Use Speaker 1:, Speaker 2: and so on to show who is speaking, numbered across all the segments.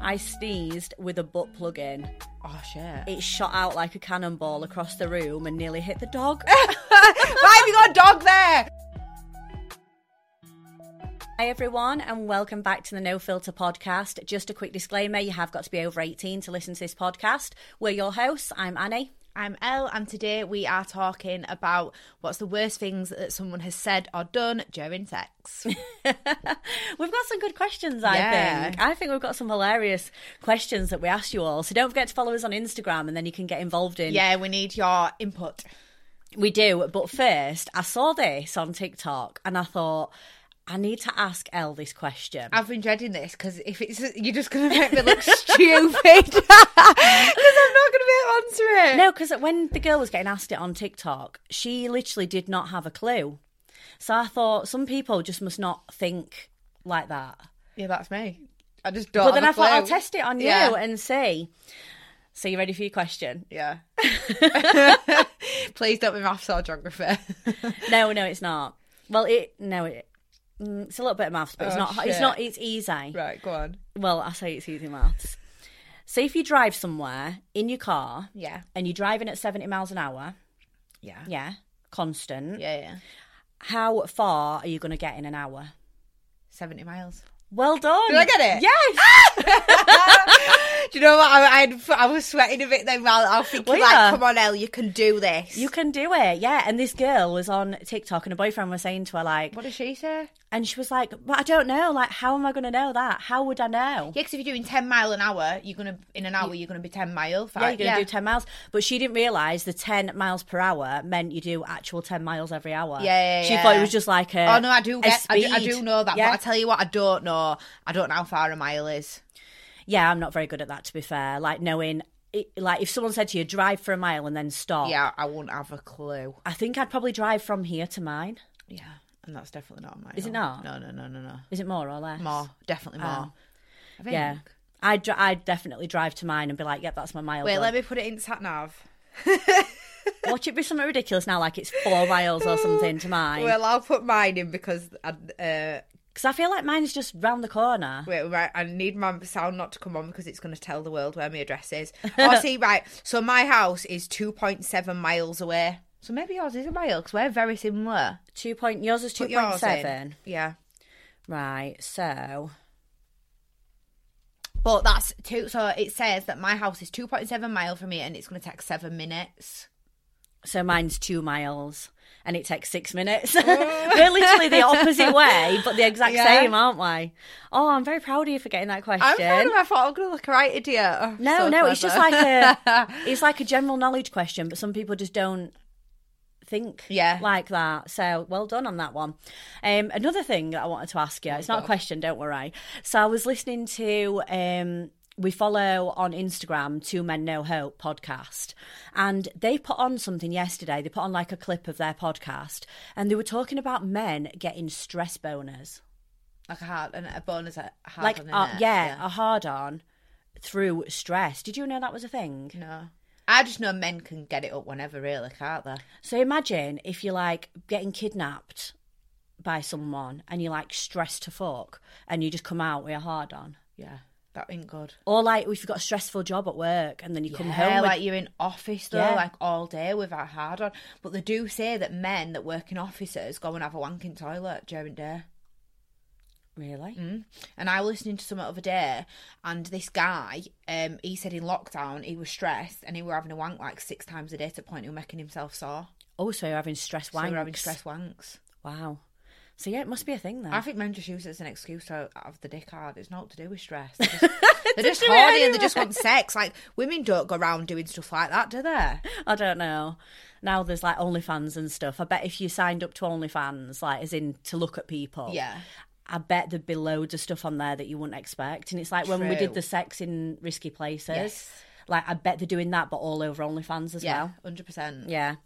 Speaker 1: I sneezed with a butt plug in.
Speaker 2: Oh shit!
Speaker 1: It shot out like a cannonball across the room and nearly hit the dog.
Speaker 2: Why have you got a dog there?
Speaker 1: Hi, everyone, and welcome back to the No Filter podcast. Just a quick disclaimer you have got to be over 18 to listen to this podcast. We're your hosts. I'm Annie.
Speaker 2: I'm Elle, and today we are talking about what's the worst things that someone has said or done during sex.
Speaker 1: We've got some good questions, I
Speaker 2: Yeah.
Speaker 1: think. I think we've got some hilarious questions that we asked you all. So don't forget to follow us on Instagram and then you can get involved in.
Speaker 2: yeah, we need your input.
Speaker 1: We do. But first, I saw this on TikTok and I thought, I need to ask Elle this question.
Speaker 2: I've been dreading this because if it's you're just gonna make me look stupid because I'm not gonna be able to answer it.
Speaker 1: No, because when the girl was getting asked it on TikTok, she literally did not have a clue. So I thought some people just must not think like that.
Speaker 2: Yeah, that's me. I just don't.
Speaker 1: But
Speaker 2: have
Speaker 1: then
Speaker 2: a
Speaker 1: I thought I'll
Speaker 2: clue.
Speaker 1: test it on you
Speaker 2: Yeah.
Speaker 1: and see. So you ready for your question?
Speaker 2: Yeah. Please don't be maths or geography.
Speaker 1: No, no, it's not. Well, it no, it, mm, it's a little bit of maths, but it's
Speaker 2: Oh,
Speaker 1: not. It's
Speaker 2: shit.
Speaker 1: not. It's easy.
Speaker 2: right, go on.
Speaker 1: Well, I say it's easy maths. So if you drive somewhere in your car
Speaker 2: Yeah.
Speaker 1: and you're driving at seventy miles an hour,
Speaker 2: Yeah.
Speaker 1: yeah, constant.
Speaker 2: Yeah, yeah.
Speaker 1: How far are you going to get in an hour?
Speaker 2: 70 miles.
Speaker 1: Well done.
Speaker 2: Did I get it? Ah!
Speaker 1: Yes.
Speaker 2: Do you know what? I, I, had- I was sweating a bit then while I was thinking,
Speaker 1: Were ya?
Speaker 2: like, come on, Elle, you can do this.
Speaker 1: You can do it, yeah. And this girl was on TikTok, and her boyfriend was saying to her, like,
Speaker 2: What does she say? Yeah,
Speaker 1: and she was like, but I don't know, like, how am I going to know that? How would I know?
Speaker 2: because if you're doing 10 mile an hour, you're going to, in an hour, you're going to be 10 mile.
Speaker 1: Yeah, you're going to do 10 miles. But she didn't realise the 10 miles per hour meant you do actual 10 miles every hour.
Speaker 2: Yeah, yeah,
Speaker 1: She thought it
Speaker 2: yeah.
Speaker 1: was just like a.
Speaker 2: Oh no, I do
Speaker 1: a
Speaker 2: get, I do, I
Speaker 1: speed.
Speaker 2: do know that,
Speaker 1: Yeah.
Speaker 2: but I tell you what, I don't know. I don't know how far a mile is.
Speaker 1: yeah, I'm not very good at that, to be fair. Like, knowing, it, like, if someone said to you, drive for a mile and then stop,
Speaker 2: Yeah, I won't have a clue.
Speaker 1: I think I'd probably drive from here to mine.
Speaker 2: Yeah, and that's definitely not a mile.
Speaker 1: Is it not?
Speaker 2: No, no, no, no, no.
Speaker 1: Is it more or less?
Speaker 2: More, definitely more. I think.
Speaker 1: Yeah. I'd, dri- I'd definitely drive to mine and be like, yep, that's my mile.
Speaker 2: Wait,
Speaker 1: done."
Speaker 2: let me put it in sat nav.
Speaker 1: Watch it be something ridiculous now, like it's four miles or something to mine.
Speaker 2: Well, I'll put mine in because I, uh,
Speaker 1: Because I feel like mine's just round the corner.
Speaker 2: wait, right, I need my sound not to come on because it's going to tell the world where my address is. oh, see, right. So my house is two point seven miles away. So maybe yours is a mile because we're very similar.
Speaker 1: Two point yours is two
Speaker 2: Put yours
Speaker 1: point seven.
Speaker 2: in. Yeah.
Speaker 1: Right, so
Speaker 2: But that's two. So it says that my house is two point seven mile from me, and it's going to take seven minutes.
Speaker 1: so mine's two miles and it takes six minutes. We're literally the opposite way, but the exact
Speaker 2: Oh. Yeah.
Speaker 1: same, aren't we? Oh, I'm very proud of you for getting that question.
Speaker 2: I'm proud of. I thought I'm going to look right, idiot. Oh,
Speaker 1: no,
Speaker 2: so
Speaker 1: no, it's just
Speaker 2: clever.
Speaker 1: like a it's like a general knowledge question, but some people just don't think
Speaker 2: Yeah.
Speaker 1: like that. So well done on that one. Um, another thing that I wanted to ask you, it's not a question, don't worry. So I was listening to um we follow on Instagram Two Men No Hope podcast, and they put on something yesterday. They put on like a clip of their podcast, and they were talking about men getting stress boners
Speaker 2: like a hard and a bonus a hard
Speaker 1: like
Speaker 2: on,
Speaker 1: uh,
Speaker 2: innit?
Speaker 1: yeah, a hard on through stress. Did you know that was a thing?
Speaker 2: No. I just know men can get it up whenever, really, can't they?
Speaker 1: So imagine if you're like getting kidnapped by someone and you're like stressed to fuck and you just come out with a hard on.
Speaker 2: Yeah. That ain't good.
Speaker 1: Or like if you've got a stressful job at work and then you come
Speaker 2: yeah,
Speaker 1: home with-
Speaker 2: like you're in office though,
Speaker 1: Yeah.
Speaker 2: like all day with our hard on. But they do say that men that work in offices go and have a wank in toilet during day.
Speaker 1: really?
Speaker 2: mm. And I was listening to some other day, and this guy, um, he said in lockdown he was stressed and he were having a wank like six times a day to the point he was making himself sore.
Speaker 1: Also Oh, you're having stress
Speaker 2: So
Speaker 1: wanks.
Speaker 2: he were having stress Ah. wanks.
Speaker 1: Wow. So yeah, it must be a thing then.
Speaker 2: I think men just use it as an excuse to have the dick hard. It's not to do with stress. They're just, they're just
Speaker 1: do with
Speaker 2: horny and they
Speaker 1: anything.
Speaker 2: just want sex. Like women don't go around doing stuff like that, do they?
Speaker 1: I don't know. Now there's like OnlyFans and stuff. I bet if you signed up to OnlyFans, like as in to look at people,
Speaker 2: Yeah.
Speaker 1: I bet there'd be loads of stuff on there that you wouldn't expect. And it's like when we did
Speaker 2: True.
Speaker 1: the sex in risky places.
Speaker 2: Yes.
Speaker 1: Like I bet they're doing that, but all over OnlyFans as
Speaker 2: Yeah,
Speaker 1: well.
Speaker 2: hundred percent.
Speaker 1: Yeah.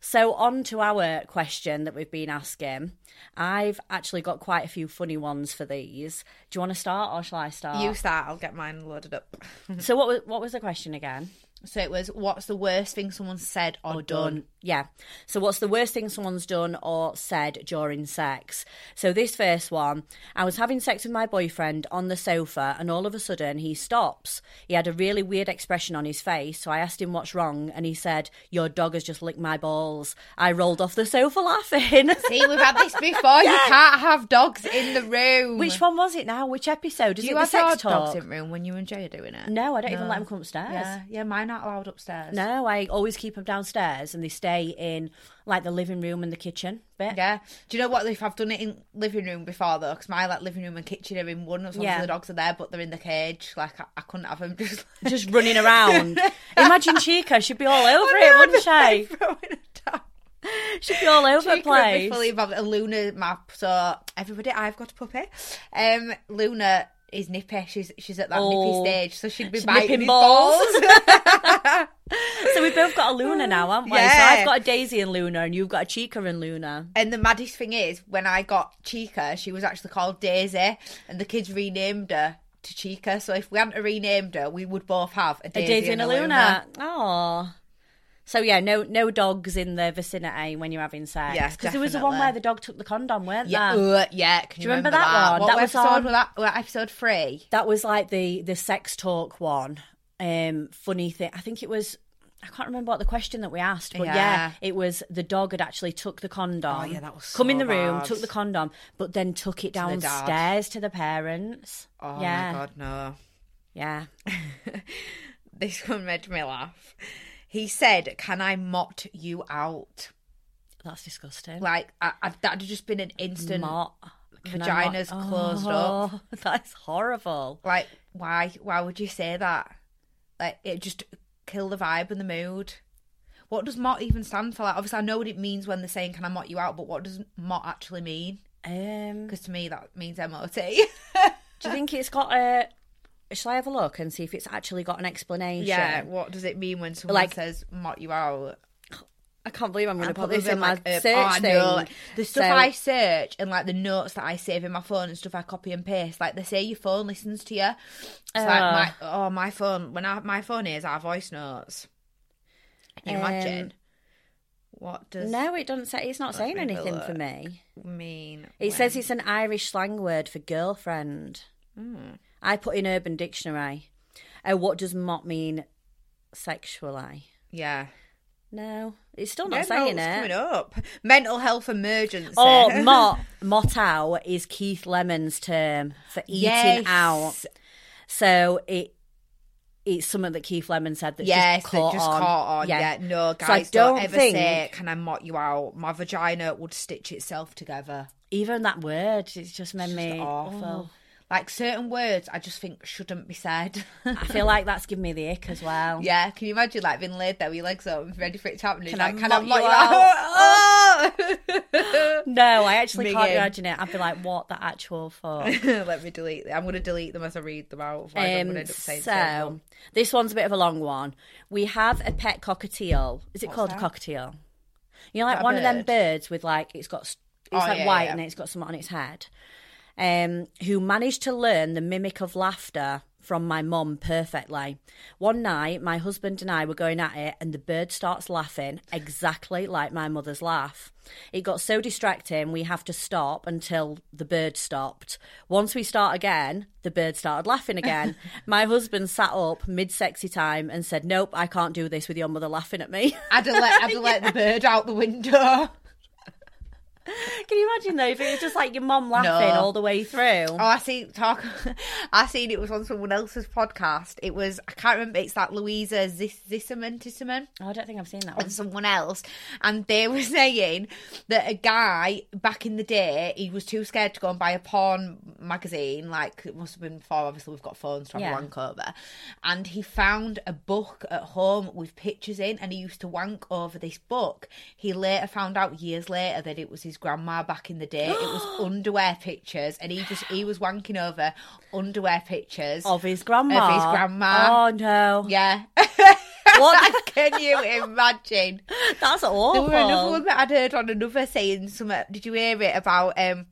Speaker 1: So on to our question that we've been asking. I've actually got quite a few funny ones for these. Do you want to start or shall I start?
Speaker 2: You start. I'll get mine loaded up.
Speaker 1: So what was what was the question again?
Speaker 2: So it was, what's the worst thing someone said or, done?
Speaker 1: done. Yeah. So, what's the worst thing someone's done or said during sex? So, this first one I was having sex with my boyfriend on the sofa, and all of a sudden he stops. He had a really weird expression on his face. So, I asked him what's wrong, and he said, Your dog has just licked my balls. I rolled off the sofa laughing.
Speaker 2: See, we've had this before. You can't have dogs in the room.
Speaker 1: Which one was it now? Which episode? Is
Speaker 2: Do you
Speaker 1: it the
Speaker 2: have your
Speaker 1: sex
Speaker 2: dogs
Speaker 1: talk?
Speaker 2: in the room when you and Jay are doing it?
Speaker 1: No, I don't even let him come upstairs.
Speaker 2: Yeah, yeah, mine aren't allowed upstairs.
Speaker 1: No, I always keep them downstairs and they stay in like the living room and the kitchen bit.
Speaker 2: Yeah. Do you know what? If I've done it in living room before though, because my like living room and kitchen are in one. As long
Speaker 1: Yeah.
Speaker 2: as the dogs are there, but they're in the cage. Like I, I couldn't have them just. Like,
Speaker 1: Just running around. Imagine Chica, she'd be all over it, wouldn't she?
Speaker 2: throwing them down.
Speaker 1: She'd be all over the
Speaker 2: Chica would be
Speaker 1: place.
Speaker 2: fully involved. And Luna, my so everybody, I've got a puppy. Um, Luna is nippy. She's she's at that
Speaker 1: Oh.
Speaker 2: nippy stage, so she'd be
Speaker 1: She's
Speaker 2: biting
Speaker 1: nipping
Speaker 2: his
Speaker 1: balls.
Speaker 2: balls.
Speaker 1: So we've both got a Luna now, haven't we?
Speaker 2: Yeah.
Speaker 1: So I've got a Daisy and Luna and you've got a Chica and Luna.
Speaker 2: and the maddest thing is, when I got Chica, she was actually called Daisy, and the kids renamed her to Chica. So if we hadn't have renamed her, we would both have a
Speaker 1: A
Speaker 2: Daisy,
Speaker 1: Daisy, and a Luna. Oh. So yeah, no no dogs in the vicinity when you're having sex.
Speaker 2: Yeah,
Speaker 1: Because there was the one
Speaker 2: definitely.
Speaker 1: where the dog took the condom, weren't
Speaker 2: Yeah,
Speaker 1: there?
Speaker 2: uh, yeah. Can
Speaker 1: Do
Speaker 2: you
Speaker 1: you remember
Speaker 2: remember,
Speaker 1: that one?
Speaker 2: What
Speaker 1: That was
Speaker 2: episode
Speaker 1: on-
Speaker 2: was that? Well, episode three.
Speaker 1: That was like the the sex talk one. Um, funny thing. I think it was. I can't remember what the question that we asked, but yeah,
Speaker 2: Yeah.
Speaker 1: it was the dog had actually took the condom.
Speaker 2: Oh, yeah, that was
Speaker 1: come in the
Speaker 2: so
Speaker 1: room,
Speaker 2: bad.
Speaker 1: took the condom, but then took it
Speaker 2: the dad.
Speaker 1: downstairs to the parents.
Speaker 2: Oh
Speaker 1: yeah,
Speaker 2: my god, no.
Speaker 1: yeah.
Speaker 2: This one made me laugh. He said, "Can I mot you out?"
Speaker 1: That's disgusting.
Speaker 2: Like I, I, that'd have just been an instant.
Speaker 1: Mott. Can I
Speaker 2: Vaginas
Speaker 1: mott-
Speaker 2: closed
Speaker 1: oh, up. That is horrible.
Speaker 2: Like why? Why would you say that? Like it just kill the vibe and the mood. What does mot even stand for? Like obviously I know what it means when they're saying "Can I mot you out," but what does mot actually mean?
Speaker 1: Um, do
Speaker 2: Because to me that means MOT.
Speaker 1: you think it's got a? Shall I have a look and see if it's actually got an explanation?
Speaker 2: yeah. What does it mean when someone
Speaker 1: Like-
Speaker 2: says "mot you out"?
Speaker 1: I can't believe I'm going to
Speaker 2: I
Speaker 1: put this in my
Speaker 2: like, uh,
Speaker 1: search
Speaker 2: oh, I
Speaker 1: thing.
Speaker 2: know, like, the stuff
Speaker 1: So-
Speaker 2: I search and like the notes that I save in my phone and stuff I copy and paste. Like they say your phone listens to you. It's like
Speaker 1: Ugh.
Speaker 2: my oh my phone when I, my phone is our voice notes. Can you
Speaker 1: Um,
Speaker 2: imagine? What does
Speaker 1: No, it doesn't say. It's not saying
Speaker 2: me have a
Speaker 1: anything for
Speaker 2: look.
Speaker 1: me.
Speaker 2: mean?
Speaker 1: It says it's an Irish slang word for girlfriend.
Speaker 2: Hmm.
Speaker 1: I put in Urban Dictionary. Uh, what does mot mean sexually?
Speaker 2: yeah.
Speaker 1: No, it's still
Speaker 2: Yeah,
Speaker 1: not
Speaker 2: no,
Speaker 1: saying
Speaker 2: it's
Speaker 1: it.
Speaker 2: coming up. Mental health emergency.
Speaker 1: Oh, mot mot out is Keith Lemon's term for eating
Speaker 2: Yes.
Speaker 1: out. So it it's something that Keith Lemon said that
Speaker 2: Yes,
Speaker 1: just
Speaker 2: they
Speaker 1: caught
Speaker 2: just
Speaker 1: on.
Speaker 2: caught on. Yeah, no,
Speaker 1: So I
Speaker 2: guys, don't,
Speaker 1: don't
Speaker 2: ever
Speaker 1: think-
Speaker 2: say, "Can I mot you out?" My vagina would stitch itself together.
Speaker 1: Even that word, it's just made
Speaker 2: It's
Speaker 1: me
Speaker 2: awful. Oh. Like certain words, I just think shouldn't be said.
Speaker 1: I feel like that's given me the ick as well.
Speaker 2: yeah, can you imagine like being laid there with your legs up, ready for it to happen? and
Speaker 1: Can
Speaker 2: you're
Speaker 1: I
Speaker 2: like, can I
Speaker 1: mop
Speaker 2: mop
Speaker 1: you
Speaker 2: you out?
Speaker 1: No, I actually can't
Speaker 2: Minging.
Speaker 1: imagine it. I'd be like, what the actual fuck?
Speaker 2: Oh. Let me delete. Them. I'm gonna delete them as I read them out. Otherwise, I'm
Speaker 1: Um,
Speaker 2: gonna end up saying so.
Speaker 1: so, this one's a bit of a long one. We have a pet cockatiel. Is it called a cockatiel? You know, like
Speaker 2: that a
Speaker 1: one of them
Speaker 2: bird?
Speaker 1: birds with like, it's got, s- it's
Speaker 2: Oh,
Speaker 1: like
Speaker 2: yeah,
Speaker 1: white
Speaker 2: yeah.
Speaker 1: and it's got something on its head, um, who managed to learn the mimic of laughter from my mum perfectly. One night, my husband and I were going at it, and the bird starts laughing exactly like my mother's laugh. It got so distracting, we have to stop until the bird stopped. Once we start again, the bird started laughing again. my husband sat up mid sexy time and said, Nope, I can't do this with your mother laughing at me.
Speaker 2: I'd have let, I'd have let the bird out the window.
Speaker 1: Can you imagine though if it was just like your mum laughing
Speaker 2: No.
Speaker 1: all the way through?
Speaker 2: Oh, I see. Talk. I seen it was on someone else's podcast. It was I can't remember. It's like Louisa Zis- Zisserman, Tisserman.
Speaker 1: Oh, I don't think I've seen that
Speaker 2: and someone else, and they were saying that a guy back in the day he was too scared to go and buy a porn magazine. Like it must have been before. Obviously, we've got phones to have
Speaker 1: Yeah.
Speaker 2: a wank over, and he found a book at home with pictures in, and he used to wank over this book. He later found out years later that it was his grandma back in the day. it was underwear pictures, and he just he was wanking over underwear pictures.
Speaker 1: Of his grandma.
Speaker 2: Of his grandma.
Speaker 1: Oh no.
Speaker 2: yeah,
Speaker 1: What Oh, the-
Speaker 2: can you imagine?
Speaker 1: That's awful.
Speaker 2: There were another one that I'd heard on another saying some. Did you hear it about um?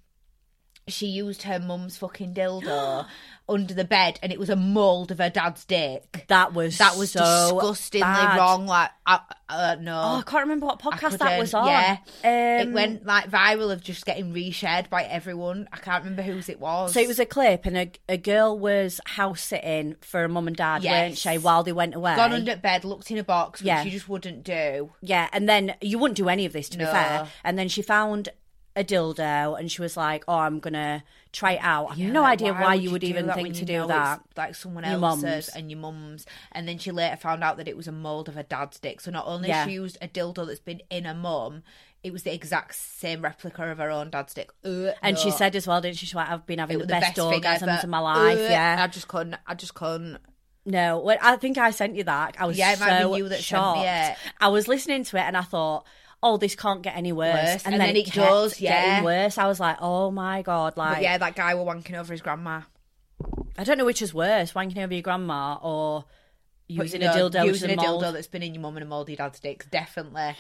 Speaker 2: She used her mum's fucking dildo under the bed, and it was a mould of her dad's dick.
Speaker 1: That was
Speaker 2: That was
Speaker 1: so
Speaker 2: disgustingly
Speaker 1: bad.
Speaker 2: wrong. Like, I, uh, no.
Speaker 1: Oh, I can't remember what
Speaker 2: I
Speaker 1: podcast that
Speaker 2: couldn't.
Speaker 1: was on.
Speaker 2: Yeah,
Speaker 1: Um,
Speaker 2: it went like viral of just getting reshared by everyone. I can't remember whose it was.
Speaker 1: So it was a clip, and a, a girl was house sitting for her mum and dad, weren't
Speaker 2: Yes.
Speaker 1: she, while they went away?
Speaker 2: gone under bed, looked in a box, which
Speaker 1: Yeah.
Speaker 2: you just wouldn't do.
Speaker 1: Yeah, and then you wouldn't do any of this to be
Speaker 2: No.
Speaker 1: fair. And then she found a dildo and she was like, "Oh, I'm gonna try it out." I have
Speaker 2: Yeah,
Speaker 1: no
Speaker 2: like,
Speaker 1: idea why, you
Speaker 2: do
Speaker 1: would
Speaker 2: do
Speaker 1: even
Speaker 2: that
Speaker 1: think
Speaker 2: when
Speaker 1: to
Speaker 2: you
Speaker 1: do
Speaker 2: know
Speaker 1: that.
Speaker 2: it's, like someone
Speaker 1: Your
Speaker 2: else's
Speaker 1: mum's.
Speaker 2: and your mum's. And then she later found out that it was a mold of her dad's dick. So not only
Speaker 1: Yeah.
Speaker 2: she used a dildo that's been in her mum, it was the exact same replica of her own dad's dick. Ugh,
Speaker 1: And she
Speaker 2: no.
Speaker 1: said as well, didn't she? She's like, I've been having
Speaker 2: It
Speaker 1: the,
Speaker 2: was
Speaker 1: best,
Speaker 2: thing
Speaker 1: orgasms
Speaker 2: ever.
Speaker 1: of my life.
Speaker 2: Ugh, I
Speaker 1: yeah.
Speaker 2: just couldn't. I just couldn't.
Speaker 1: No, well, I think I sent you that. I was
Speaker 2: Yeah, it might be
Speaker 1: so
Speaker 2: you that sent me
Speaker 1: shocked.
Speaker 2: it.
Speaker 1: I was listening to it and I thought, oh, this can't get any worse.
Speaker 2: Worse, and then it
Speaker 1: kept
Speaker 2: does, yeah.
Speaker 1: getting worse. I was like, oh my god, like
Speaker 2: But yeah, that guy were wanking over his grandma.
Speaker 1: I don't know which is worse, wanking over your grandma or using
Speaker 2: you
Speaker 1: a
Speaker 2: know,
Speaker 1: dildo as
Speaker 2: using
Speaker 1: a
Speaker 2: a
Speaker 1: mold.
Speaker 2: dildo that's been in your mum and a mouldy dad's dicks. Definitely.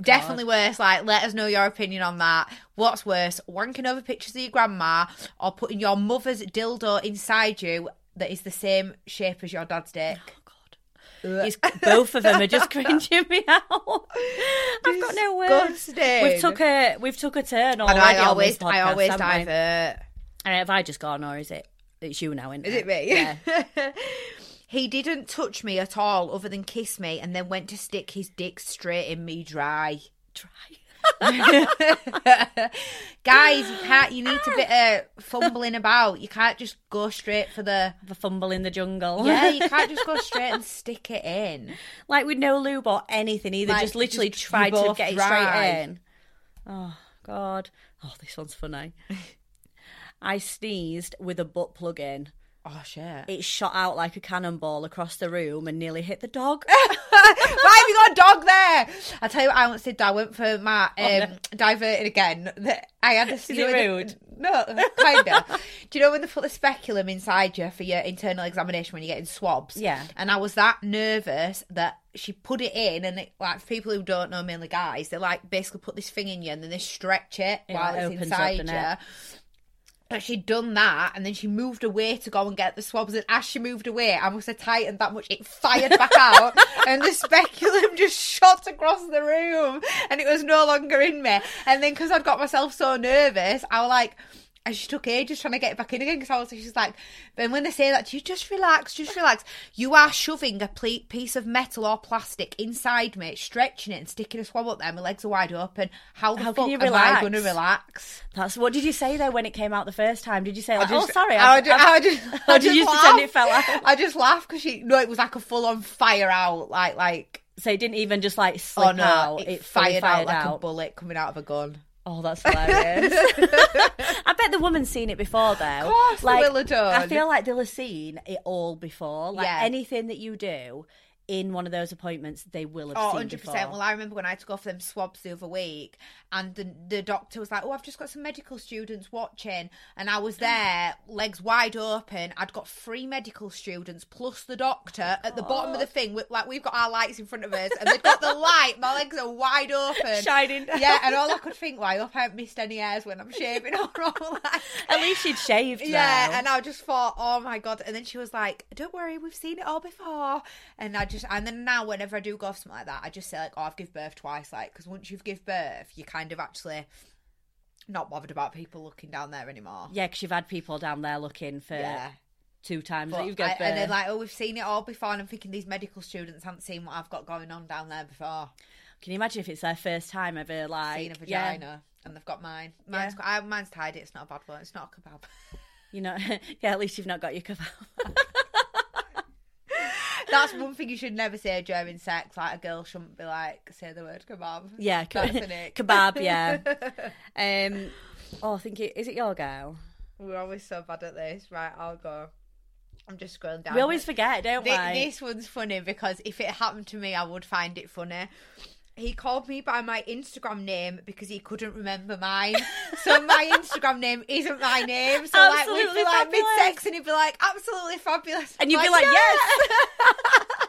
Speaker 2: Definitely worse. Like, let us know your opinion on that. What's worse, wanking over pictures of your grandma or putting your mother's dildo inside you that is the same shape as your dad's dick?
Speaker 1: Oh, It's, both of them are just cringing me out. I've got no words.
Speaker 2: Disgusting.
Speaker 1: We've took a we've took a turn
Speaker 2: I,
Speaker 1: already.
Speaker 2: know, I
Speaker 1: on
Speaker 2: always,
Speaker 1: this podcast,
Speaker 2: I always
Speaker 1: haven't we?
Speaker 2: divert.
Speaker 1: And have I just gone, or is it it's you now? Isn't
Speaker 2: Is it me? he didn't touch me at all other than kiss me and then went to stick his dick straight in me dry.
Speaker 1: Try.
Speaker 2: Guys, you can't. You need to bit of fumbling about. You can't just go straight for the.
Speaker 1: The fumble in the jungle.
Speaker 2: Yeah, you can't just go straight and stick it in.
Speaker 1: like with no lube or anything either.
Speaker 2: Like,
Speaker 1: just literally
Speaker 2: just
Speaker 1: try
Speaker 2: you
Speaker 1: to
Speaker 2: both
Speaker 1: get it
Speaker 2: try.
Speaker 1: straight in. Oh God! Oh, this one's funny. I sneezed with a butt plug in.
Speaker 2: Oh shit!
Speaker 1: It shot out like a cannonball across the room and nearly hit the dog.
Speaker 2: Why have you got a dog there? I tell you what, I once did. that. I went for my um, diverted again. The- I had this.
Speaker 1: Oh, Is
Speaker 2: you
Speaker 1: it
Speaker 2: know, the-
Speaker 1: rude?
Speaker 2: No, kinda. Do you know when they put the speculum inside you for your internal examination when you're getting swabs?
Speaker 1: Yeah.
Speaker 2: And I was that nervous that she put it in, and it, like for people who don't know, mainly guys, they like basically put this thing in you and then they stretch it
Speaker 1: It,
Speaker 2: while
Speaker 1: like,
Speaker 2: it's
Speaker 1: opens up,
Speaker 2: inside
Speaker 1: doesn't
Speaker 2: you.
Speaker 1: it?
Speaker 2: But she'd done that, and then she moved away to go and get the swabs. And as she moved away, I must have tightened that much, it fired back out, and the speculum just shot across the room, and it was no longer in me. And then, because I'd got myself so nervous, I was like, and she took ages trying to get it back in again because I was she's like, then when they say that to you, just relax, just relax. You are shoving a ple- piece of metal or plastic inside me, stretching it and sticking a swab up there. My legs are wide open. How the
Speaker 1: How
Speaker 2: fuck
Speaker 1: can you
Speaker 2: am I
Speaker 1: relax?
Speaker 2: going to relax?
Speaker 1: That's what did you say though when it came out the first time? Did you say like,
Speaker 2: just-
Speaker 1: "Oh, sorry"?
Speaker 2: I,
Speaker 1: I've-
Speaker 2: ju-
Speaker 1: I've-
Speaker 2: I just,
Speaker 1: Or
Speaker 2: I
Speaker 1: did you
Speaker 2: just
Speaker 1: just pretend it
Speaker 2: laughed.
Speaker 1: fell out?
Speaker 2: I just laughed because she no, it was like a full on fire out, like like
Speaker 1: so it didn't even just like slip
Speaker 2: oh no,
Speaker 1: out.
Speaker 2: it,
Speaker 1: fully
Speaker 2: fired, out like a bullet coming out of a gun.
Speaker 1: Oh, that's hilarious. I bet the woman's seen it before, though. Of
Speaker 2: course they
Speaker 1: like,
Speaker 2: will have done.
Speaker 1: I feel like they'll have seen it all before. Like
Speaker 2: Yeah.
Speaker 1: anything that you do in one of those appointments, they will have
Speaker 2: Oh,
Speaker 1: seen
Speaker 2: 100
Speaker 1: before.
Speaker 2: percent. Well, I remember when I had to go for them swabs the other week, and the, the doctor was like, "Oh, I've just got some medical students watching," and I was
Speaker 1: Mm.
Speaker 2: there, legs wide open. I'd got three medical students plus the doctor
Speaker 1: Oh,
Speaker 2: at the bottom of the thing. With, like we've got our lights in front of us, and they've got the light. My legs are wide open,
Speaker 1: Shining down.
Speaker 2: Yeah, and all I could think, "Why, I hope I haven't missed any hairs when I'm shaving or all that."
Speaker 1: At least she'd shaved.
Speaker 2: Yeah,
Speaker 1: though.
Speaker 2: and I just thought, oh my god. And then she was like, "Don't worry, we've seen it all before." And I just, and then now whenever I do go off something like that, I just say like, "Oh, I've give birth twice," like because once you've give birth, you kind of actually not bothered about people looking down there anymore.
Speaker 1: yeah, because you've had people down there looking for
Speaker 2: Yeah.
Speaker 1: two times
Speaker 2: But
Speaker 1: that you've got
Speaker 2: I- and
Speaker 1: birth.
Speaker 2: then like, oh, we've seen it all before, and I'm thinking these medical students haven't seen what I've got going on down there before.
Speaker 1: Can you imagine if it's their first time ever? Like,
Speaker 2: Seen a
Speaker 1: yeah,
Speaker 2: vagina. And they've got mine. Mine's, got- I, mine's tidy. It's not a bad one. It's not a kebab.
Speaker 1: you know, yeah. At least you've not got your cover.
Speaker 2: That's one thing you should never say during sex. Like a girl shouldn't be like say the word kebab.
Speaker 1: Yeah, ke-
Speaker 2: That's an ick.
Speaker 1: kebab. Yeah. um. Oh, I think it is it your girl.
Speaker 2: We're always so bad at this. Right, I'll go. I'm just scrolling down.
Speaker 1: We always forget, don't
Speaker 2: Thi-
Speaker 1: we?
Speaker 2: This one's funny because if it happened to me, I would find it funny. He called me by my Instagram name because he couldn't remember mine. So my Instagram name isn't my name. So like we'd
Speaker 1: Absolutely
Speaker 2: be like
Speaker 1: fabulous.
Speaker 2: mid sex and he'd be like, absolutely fabulous.
Speaker 1: And you'd be like, yes.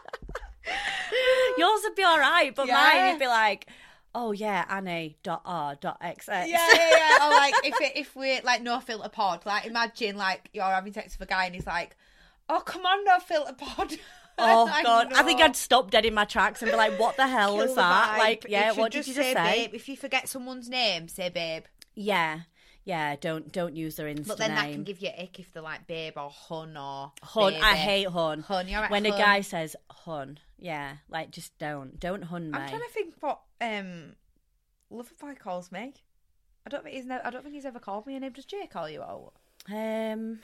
Speaker 1: Yours would be all right, but
Speaker 2: Yeah.
Speaker 1: mine, you'd be like, oh yeah, Annie.r.xx.
Speaker 2: Yeah, yeah, yeah. or like if it, if we're like no filter pod, like imagine like you're having sex with a guy and he's like, "Oh come on, no filter pod."
Speaker 1: Oh
Speaker 2: I
Speaker 1: god, I think
Speaker 2: know.
Speaker 1: I'd stop dead in my tracks and be like, "What the hell
Speaker 2: Kill
Speaker 1: was
Speaker 2: the
Speaker 1: that?"
Speaker 2: vibe.
Speaker 1: Like, yeah,
Speaker 2: should
Speaker 1: what did you just say?
Speaker 2: Babe. If you forget someone's name, say babe.
Speaker 1: Yeah, yeah. Don't don't use their Insta
Speaker 2: But then
Speaker 1: name.
Speaker 2: that can give you ick if they're like babe or hun or
Speaker 1: hun, I
Speaker 2: baby.
Speaker 1: hate hun.
Speaker 2: Hun, you're right,
Speaker 1: when a
Speaker 2: hun.
Speaker 1: guy says hun, yeah, like just don't don't hun me.
Speaker 2: I'm trying to think what um Loverboy calls me. I don't think he's never, I don't think he's ever called me a name. Does Jay call you out?
Speaker 1: Um,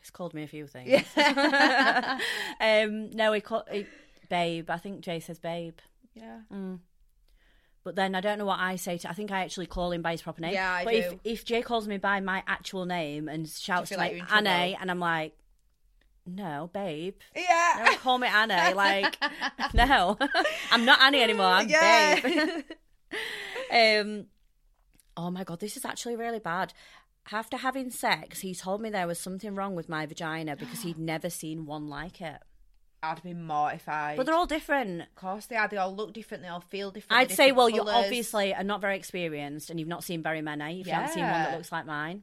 Speaker 1: he's called me a few things.
Speaker 2: Yeah.
Speaker 1: um, no, he called he, babe. I think Jay says babe,
Speaker 2: Yeah.
Speaker 1: Mm. but then I don't know what I say to. I think I actually call him by his proper name.
Speaker 2: Yeah, I
Speaker 1: but if
Speaker 2: do.
Speaker 1: if Jay calls me by my actual name and shouts
Speaker 2: feel
Speaker 1: like
Speaker 2: like you're in trouble?
Speaker 1: Annie, and I'm like, no, babe,
Speaker 2: Yeah.
Speaker 1: don't call me Annie. Like, no, I'm not Annie anymore. I'm
Speaker 2: Yeah.
Speaker 1: babe. Um, oh my god, this is actually really bad. After having sex, he told me there was something wrong with my vagina because he'd never seen one like it.
Speaker 2: I'd be mortified.
Speaker 1: But they're all different.
Speaker 2: of course they are. They all look different. They all feel different.
Speaker 1: I'd say,
Speaker 2: different
Speaker 1: well, you
Speaker 2: colours.
Speaker 1: obviously are not very experienced, and you've not seen very many. If you haven't seen one
Speaker 2: Yeah.
Speaker 1: that looks like mine,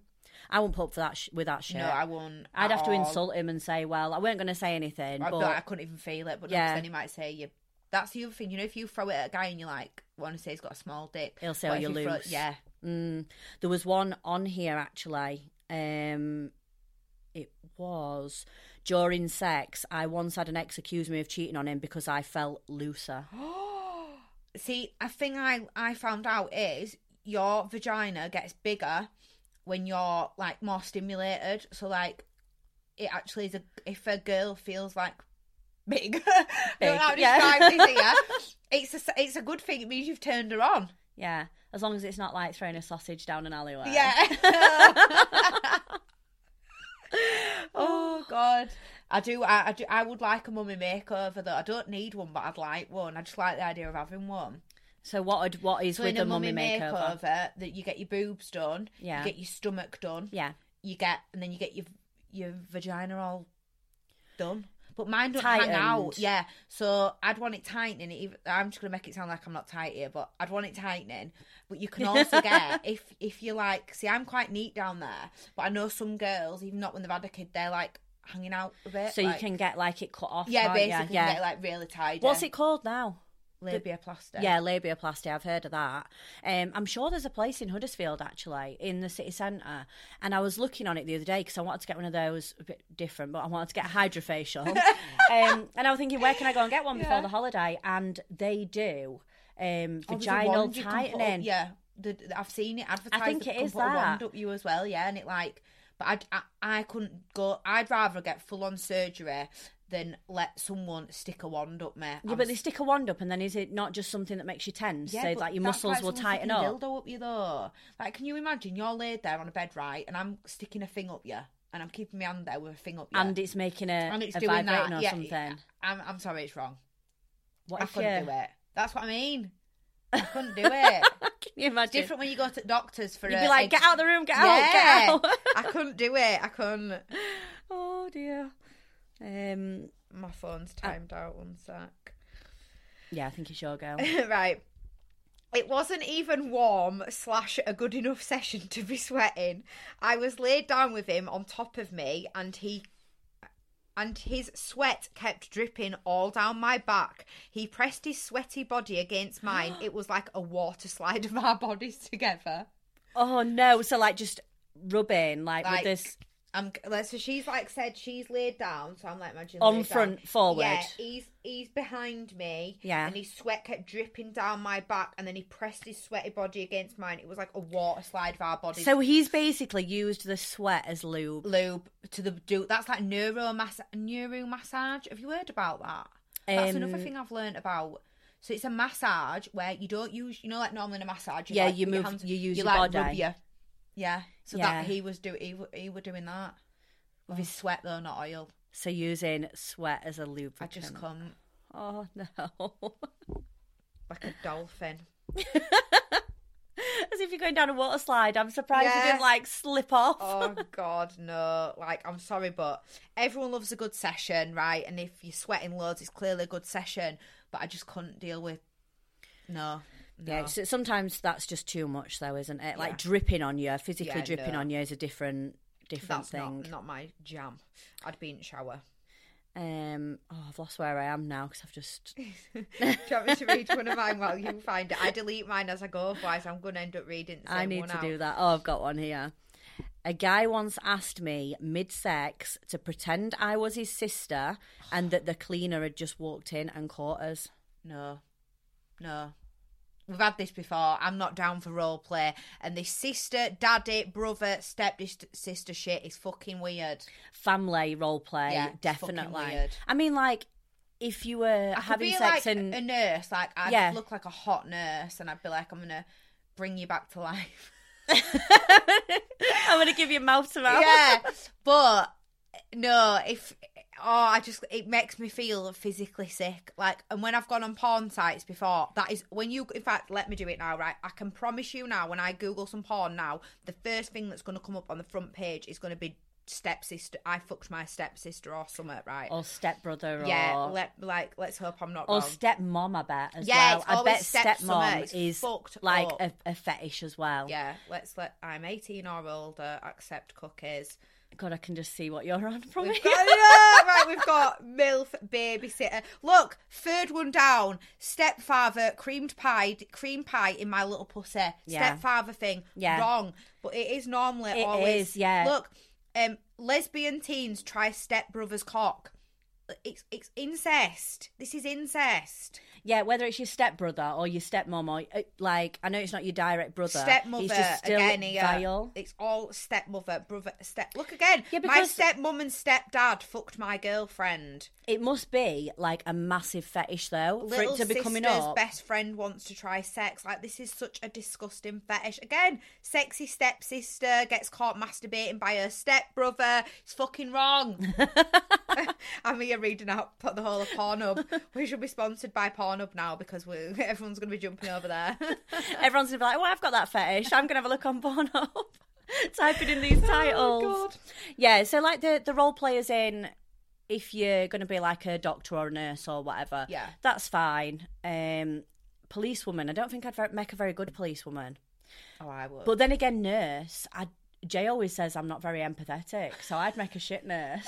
Speaker 1: I won't put up for that sh- with that shit.
Speaker 2: No, I won't.
Speaker 1: I'd
Speaker 2: at
Speaker 1: have to
Speaker 2: all.
Speaker 1: insult him and say, well, I weren't going to say anything,
Speaker 2: I'd be
Speaker 1: but
Speaker 2: like, I couldn't even feel it. But no, 'cause
Speaker 1: Yeah.
Speaker 2: then he might say you. That's the other thing. You know, if you throw it at a guy and you're like, want to say he's got a small dick.
Speaker 1: He'll say, "Oh,
Speaker 2: what if
Speaker 1: you're
Speaker 2: you throw-
Speaker 1: loose."
Speaker 2: Yeah.
Speaker 1: Mm, there was one on here actually. Um, it was during sex. I once had an ex accuse me of cheating on him because I felt looser.
Speaker 2: See, a thing I I found out is your vagina gets bigger when you're like more stimulated. So like, it actually is a if a girl feels like big, I don't know how to
Speaker 1: Big, yeah.
Speaker 2: describe this here. It's a s- it's a good thing. It means you've turned her on.
Speaker 1: Yeah, as long as it's not like throwing a sausage down an alleyway.
Speaker 2: Yeah. oh God. I do, I, I do. I would like a mummy makeover though. I don't need one, but I'd like one. I just like the idea of having one.
Speaker 1: So what? Would, what is
Speaker 2: So
Speaker 1: with
Speaker 2: in a
Speaker 1: the mummy makeover?
Speaker 2: that you get your boobs done,
Speaker 1: Yeah.
Speaker 2: you get your stomach done,
Speaker 1: Yeah,
Speaker 2: you get, and then you get your your vagina all done. But mine don't
Speaker 1: Tightened.
Speaker 2: hang out. Yeah, so I'd want it tightening. ev- I'm just gonna make it sound like I'm not tight here, but I'd want it tightening. But you can also get if if you like. See, I'm quite neat down there, but I know some girls, even not when they've had a kid, they're like hanging out a bit.
Speaker 1: so
Speaker 2: like-
Speaker 1: you can get like it cut off.
Speaker 2: yeah,
Speaker 1: can't you?
Speaker 2: basically
Speaker 1: yeah.
Speaker 2: get it, like really tidy.
Speaker 1: What's it called now?
Speaker 2: Labiaplasty.
Speaker 1: Yeah, labiaplasty. I've heard of that. Um, I'm sure there's a place in Huddersfield actually in the city centre, and I was looking on it the other day because I wanted to get one of those a bit different, but I wanted to get a hydrofacial, um, and I was thinking, where can I go and get one before the holiday? And they do um,
Speaker 2: Oh, there's a
Speaker 1: vaginal
Speaker 2: wand you can put up-
Speaker 1: tightening.
Speaker 2: Yeah, the, the- I've seen it advertised.
Speaker 1: think
Speaker 2: that
Speaker 1: it
Speaker 2: you can
Speaker 1: is
Speaker 2: put a wand
Speaker 1: that.
Speaker 2: up you as well. Yeah, and it like, but I'd, I I couldn't go. I'd rather get full on surgery than let someone stick a wand up me.
Speaker 1: Yeah, but they stick a wand up, and then is it not just something that makes you tense? so like your muscles will tighten up.
Speaker 2: Dildo up you though. Like, can you imagine? You're laid there on a bed, right, and I'm sticking a thing up you, and I'm keeping my hand there with a thing up you,
Speaker 1: And it's making a,
Speaker 2: And it's
Speaker 1: a
Speaker 2: doing
Speaker 1: vibrating
Speaker 2: that.
Speaker 1: or
Speaker 2: yeah,
Speaker 1: something.
Speaker 2: I'm, I'm sorry, it's wrong.
Speaker 1: What
Speaker 2: I
Speaker 1: if you,
Speaker 2: couldn't do it. That's what I mean. I couldn't do it.
Speaker 1: Can you imagine?
Speaker 2: Different when you go to doctors for
Speaker 1: You'd
Speaker 2: a,
Speaker 1: be like,
Speaker 2: a-
Speaker 1: get out of the room, get out, get out.
Speaker 2: I couldn't do it. I couldn't.
Speaker 1: Oh dear. Um.
Speaker 2: My phone's timed out. One sec.
Speaker 1: Yeah, I think it's your girl.
Speaker 2: right. It wasn't even warm slash a good enough session to be sweating. I was laid down with him on top of me, and he and his sweat kept dripping all down my back. He pressed his sweaty body against mine. It was like a water slide of our bodies together.
Speaker 1: oh no! So like just rubbing like, with
Speaker 2: Like,
Speaker 1: this.
Speaker 2: I'm like, so she's like said she's laid down, so I'm like imagine
Speaker 1: On
Speaker 2: laid
Speaker 1: front,
Speaker 2: down.
Speaker 1: forward.
Speaker 2: Yeah, he's he's behind me.
Speaker 1: Yeah.
Speaker 2: and his sweat kept dripping down my back, and then he pressed his sweaty body against mine. It was like a water slide of our bodies.
Speaker 1: So he's basically used the sweat as lube.
Speaker 2: lube to the do that's like neuro neuro massage. Have you heard about that? That's
Speaker 1: Um,
Speaker 2: another thing I've learned about. So it's a massage where you don't use, you know, like normally in a massage, you
Speaker 1: Yeah,
Speaker 2: like,
Speaker 1: you
Speaker 2: put your
Speaker 1: move-
Speaker 2: hands-
Speaker 1: you use your
Speaker 2: like
Speaker 1: body.
Speaker 2: rub your- yeah. So
Speaker 1: Yeah.
Speaker 2: that he was doing, he, wa- he were doing that with his sweat though, not oil.
Speaker 1: So using sweat as a lubricant.
Speaker 2: I just come
Speaker 1: Oh no!
Speaker 2: like a dolphin.
Speaker 1: as if you're going down a water slide. I'm surprised
Speaker 2: Yeah.
Speaker 1: you didn't like slip off.
Speaker 2: Oh God, no! Like I'm sorry, but everyone loves a good session, right? And if you're sweating loads, it's clearly a good session. But I just couldn't deal with. No,
Speaker 1: Yeah, so sometimes that's just too much, though, isn't it? Like dripping on you, physically
Speaker 2: Yeah,
Speaker 1: dripping
Speaker 2: no.
Speaker 1: on you is a different different
Speaker 2: That's
Speaker 1: thing.
Speaker 2: not, not my jam. I'd be in shower.
Speaker 1: Um, oh, I've lost where I am now because I've just.
Speaker 2: Do you want me to read one of mine while you find it? I delete mine as I go, otherwise I'm going to end up reading the same
Speaker 1: I need
Speaker 2: one
Speaker 1: to
Speaker 2: out.
Speaker 1: do that. Oh, I've got one here. A guy once asked me mid sex to pretend I was his sister and that the cleaner had just walked in and caught us.
Speaker 2: No, no. We've had this before. I'm not down for role play. And this sister, daddy, brother, step sister shit is fucking weird.
Speaker 1: Family role play,
Speaker 2: Yeah, it's fucking
Speaker 1: definitely.
Speaker 2: weird.
Speaker 1: I mean, like, if you were
Speaker 2: I could
Speaker 1: having
Speaker 2: be
Speaker 1: sex
Speaker 2: like
Speaker 1: and.
Speaker 2: a nurse. Like I'd
Speaker 1: Yeah.
Speaker 2: look like a hot nurse, and I'd be like, I'm gonna bring you back to life.
Speaker 1: I'm going to give you mouth to mouth.
Speaker 2: yeah, but no, if oh, I just it makes me feel physically sick. Like, and when I've gone on porn sites before, that is when you. In fact, let me do it now, right? I can promise you now. When I Google some porn now, the first thing that's going to come up on the front page is going to be stepsister. I fucked my stepsister or something, right?
Speaker 1: Or stepbrother
Speaker 2: yeah,
Speaker 1: or.
Speaker 2: let like let's hope I'm not
Speaker 1: Or
Speaker 2: wrong.
Speaker 1: stepmom, I bet as
Speaker 2: Yeah,
Speaker 1: well.
Speaker 2: it's
Speaker 1: I
Speaker 2: always
Speaker 1: bet
Speaker 2: step somewhere.
Speaker 1: stepmom
Speaker 2: It's
Speaker 1: is
Speaker 2: fucked
Speaker 1: like
Speaker 2: up.
Speaker 1: a, a fetish as well.
Speaker 2: yeah, let's let. I'm 18 or older. Accept cookies.
Speaker 1: God, I can just see what you're on from
Speaker 2: We've
Speaker 1: here.
Speaker 2: got, yeah, right, we've got MILF babysitter. Look, third one down. Stepfather, creamed pie, cream pie in my little pussy.
Speaker 1: Yeah.
Speaker 2: Stepfather thing,
Speaker 1: Yeah.
Speaker 2: wrong. But it is normally
Speaker 1: It
Speaker 2: always.
Speaker 1: is, yeah.
Speaker 2: Look, um, lesbian teens try stepbrother's cock. It's it's incest. This is incest.
Speaker 1: Yeah, whether it's your stepbrother or your stepmom or uh, like, I know it's not your direct brother.
Speaker 2: Stepmother
Speaker 1: he's just still
Speaker 2: again here.
Speaker 1: vile.
Speaker 2: It's all stepmother, brother, step. Look again.
Speaker 1: Yeah,
Speaker 2: my
Speaker 1: because-
Speaker 2: stepmom and stepdad fucked my girlfriend.
Speaker 1: It must be like a massive fetish though for
Speaker 2: little
Speaker 1: it to be coming
Speaker 2: sister's
Speaker 1: up.
Speaker 2: best friend wants to try sex. Like this is such a disgusting fetish. Again, sexy stepsister gets caught masturbating by her stepbrother. It's fucking wrong. I'm here reading out put the whole of Pornhub. we should be sponsored by Pornhub now because we everyone's going to be jumping over there.
Speaker 1: Everyone's gonna be like, "Well, I've got that fetish. I'm gonna have a look on Pornhub." Typing in these titles.
Speaker 2: Oh, God.
Speaker 1: Yeah, so like the the role players in. If you're going to be like a doctor or a nurse or whatever,
Speaker 2: Yeah.
Speaker 1: that's fine. Um, policewoman, I don't think I'd ver- make a very good policewoman.
Speaker 2: oh, I would.
Speaker 1: But then again, nurse, I, Jay always says I'm not very empathetic, so I'd make a shit nurse.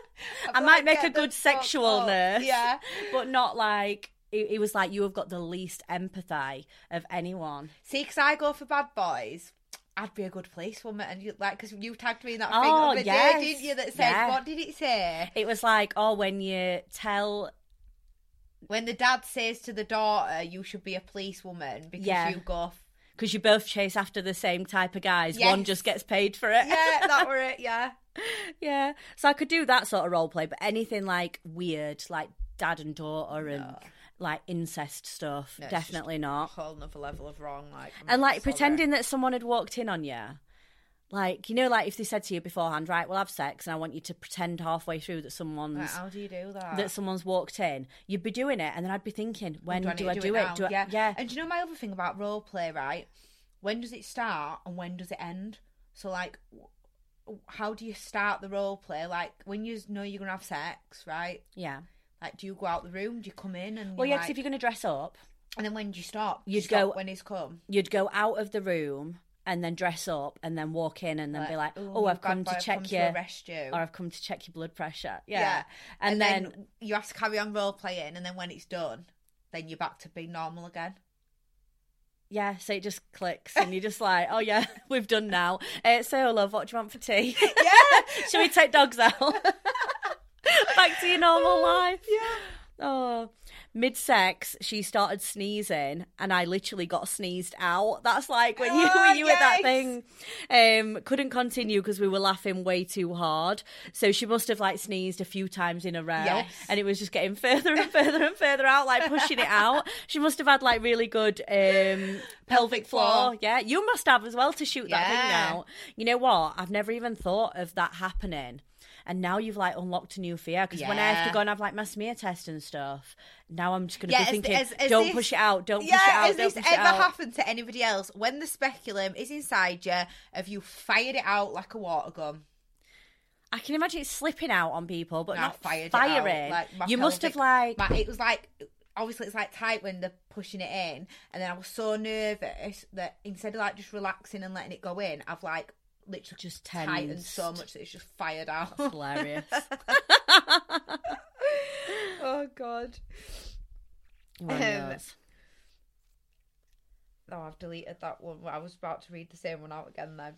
Speaker 1: I might make a
Speaker 2: get them
Speaker 1: good sexual
Speaker 2: fucked up.
Speaker 1: nurse,
Speaker 2: Yeah.
Speaker 1: but not like it, it was like you have got the least empathy of anyone.
Speaker 2: See, because I go for bad boys. I'd be a good policewoman, and you like because you tagged me in that thing
Speaker 1: Oh,
Speaker 2: of the
Speaker 1: yes.
Speaker 2: day, didn't you? That says
Speaker 1: Yeah.
Speaker 2: what did it say?
Speaker 1: It was like, oh, when you tell,
Speaker 2: when the dad says to the daughter, "You should be a policewoman because
Speaker 1: Yeah.
Speaker 2: you go." F-
Speaker 1: because you both chase after the same type of guys, one
Speaker 2: Yes.
Speaker 1: just gets paid for it.
Speaker 2: yeah, that were it. Yeah,
Speaker 1: Yeah. So I could do that sort of role play, but anything like weird, like dad and daughter and like incest stuff,
Speaker 2: No, it's just-
Speaker 1: definitely not.
Speaker 2: a whole another level of wrong. Like I'm
Speaker 1: and like
Speaker 2: sorry.
Speaker 1: pretending that someone had walked in on you like you know like if they said to you beforehand right we'll have sex and i want you to pretend halfway through that
Speaker 2: Like,
Speaker 1: someone's
Speaker 2: how do you do that?
Speaker 1: that someone's walked in you'd be doing it and then i'd be thinking when
Speaker 2: I
Speaker 1: do,
Speaker 2: need
Speaker 1: i
Speaker 2: to
Speaker 1: do it,
Speaker 2: now?
Speaker 1: do I,
Speaker 2: yeah.
Speaker 1: yeah yeah
Speaker 2: And do you know my other thing about role play? Right, when does it start and when does it end? So like, w- w- how do you start the role play? Like when you know you're gonna have sex, right? Like, do you go out the room? Do you come in and?
Speaker 1: well
Speaker 2: you're
Speaker 1: yeah 'cause
Speaker 2: like-
Speaker 1: if you're going to dress up
Speaker 2: and then when do you stop? Do
Speaker 1: You'd
Speaker 2: stop
Speaker 1: go-
Speaker 2: when he's come.
Speaker 1: you'd go out of the room and then dress up and then walk in and then be like
Speaker 2: "Ooh,
Speaker 1: oh
Speaker 2: you
Speaker 1: i've
Speaker 2: bad
Speaker 1: come
Speaker 2: boy,
Speaker 1: to
Speaker 2: I've
Speaker 1: check
Speaker 2: come
Speaker 1: you
Speaker 2: arrest you.
Speaker 1: or i've come to check your blood pressure yeah,
Speaker 2: Yeah.
Speaker 1: And, then,
Speaker 2: you have to carry on role playing, and then when it's done, then you're back to being normal again.
Speaker 1: yeah so it just clicks and you're just like oh yeah we've done now uh, so love what do you want for tea
Speaker 2: Yeah,
Speaker 1: Should we take dogs out? Back to your normal life.
Speaker 2: yeah.
Speaker 1: Oh, mid sex, she started sneezing, and I literally got sneezed out. That's like when you
Speaker 2: Oh,
Speaker 1: when you were that thing.
Speaker 2: yikes.
Speaker 1: Um, couldn't continue because we were laughing way too hard. So she must have like sneezed a few times in a row,
Speaker 2: Yes.
Speaker 1: and it was just getting further and further and further out, like pushing it out. She must have had like really good um, pelvic floor.
Speaker 2: floor.
Speaker 1: Yeah, you must have as well to shoot that
Speaker 2: Yeah.
Speaker 1: thing out. You know what? I've never even thought of that happening. And now you've like unlocked a new fear because when I have to
Speaker 2: Yeah.
Speaker 1: go and have like my smear test and stuff, now I'm just gonna
Speaker 2: Yeah,
Speaker 1: be
Speaker 2: is-
Speaker 1: thinking,
Speaker 2: is- is
Speaker 1: don't
Speaker 2: this-
Speaker 1: push it out, don't push it
Speaker 2: Yeah,
Speaker 1: out,
Speaker 2: has
Speaker 1: don't
Speaker 2: this
Speaker 1: push
Speaker 2: ever
Speaker 1: it out.
Speaker 2: happened to anybody else? When the speculum is inside you, have you fired it out like a water gun?
Speaker 1: I can imagine it slipping out on people, but
Speaker 2: No, I
Speaker 1: not
Speaker 2: fired
Speaker 1: firing.
Speaker 2: It out. Like my
Speaker 1: you must have
Speaker 2: pelvic-
Speaker 1: like
Speaker 2: my, it was like obviously it's like tight when they're pushing it in, and then I was so nervous that instead of like just relaxing and letting it go in, I've like literally
Speaker 1: Just
Speaker 2: tightened so
Speaker 1: tensed.
Speaker 2: much that it's just fired out.
Speaker 1: Hilarious.
Speaker 2: oh god.
Speaker 1: One
Speaker 2: Um,
Speaker 1: knows.
Speaker 2: No, Oh, I've deleted that one. I was about to read the same one out again then.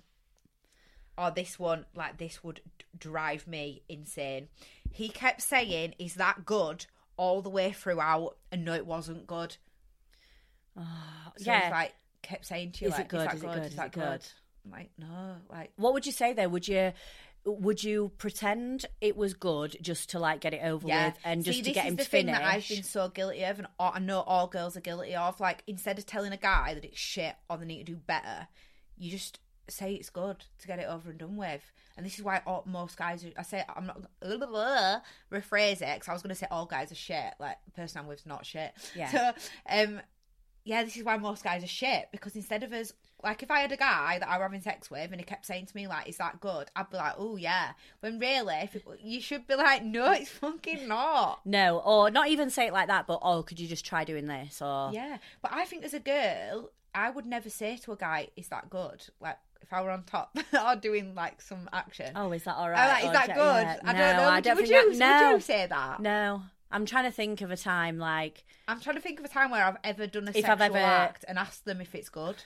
Speaker 2: Oh, this one, like this would d- drive me insane. He kept saying, "Is that good?" all the way throughout, and no, it wasn't good. So yeah,
Speaker 1: Ah, yeah.
Speaker 2: he's like kept saying to you,
Speaker 1: Is it
Speaker 2: like,
Speaker 1: good?
Speaker 2: "Is that
Speaker 1: Is it
Speaker 2: good?
Speaker 1: good?
Speaker 2: Is,
Speaker 1: Is
Speaker 2: that
Speaker 1: it
Speaker 2: good?"
Speaker 1: good?
Speaker 2: I'm like, no, like
Speaker 1: what would you say there? Would you would you pretend it was good just to like get it over
Speaker 2: yeah,
Speaker 1: with and just
Speaker 2: See,
Speaker 1: to
Speaker 2: this
Speaker 1: get
Speaker 2: is
Speaker 1: him
Speaker 2: the
Speaker 1: to
Speaker 2: thing
Speaker 1: finish?
Speaker 2: that I've been so guilty of, and all- I know all girls are guilty of. Like, instead of telling a guy that it's shit or they need to do better, you just say it's good to get it over and done with. And this is why all, most guys, are, I say, I'm not blah, blah, blah, rephrase it because I was going to say all guys are shit. Like, the person I'm with's not shit.
Speaker 1: Yeah.
Speaker 2: So, um, yeah, this is why most guys are shit because instead of us, like, if I had a guy that I were having sex with and he kept saying to me, like, is that good? I'd be like, oh, yeah. When really, if it, you should be like, no, it's fucking not.
Speaker 1: No, or not even say it like that, but oh, could you just try doing this? Or
Speaker 2: Yeah, but I think as a girl, I would never say to a guy, "Is that good?" Like if I were on top or doing like some action,
Speaker 1: oh, is that all right?
Speaker 2: I'm like, "Is
Speaker 1: Or,
Speaker 2: that
Speaker 1: "Yeah,
Speaker 2: good?"
Speaker 1: yeah."
Speaker 2: I
Speaker 1: No,
Speaker 2: don't know. Would, you- would,
Speaker 1: think
Speaker 2: you,
Speaker 1: that-
Speaker 2: would
Speaker 1: no,
Speaker 2: you say that?
Speaker 1: no. I'm trying to think of a time like
Speaker 2: I'm trying to think of a time where I've ever done a
Speaker 1: If
Speaker 2: sexual
Speaker 1: I've ever-
Speaker 2: act and asked them if it's good.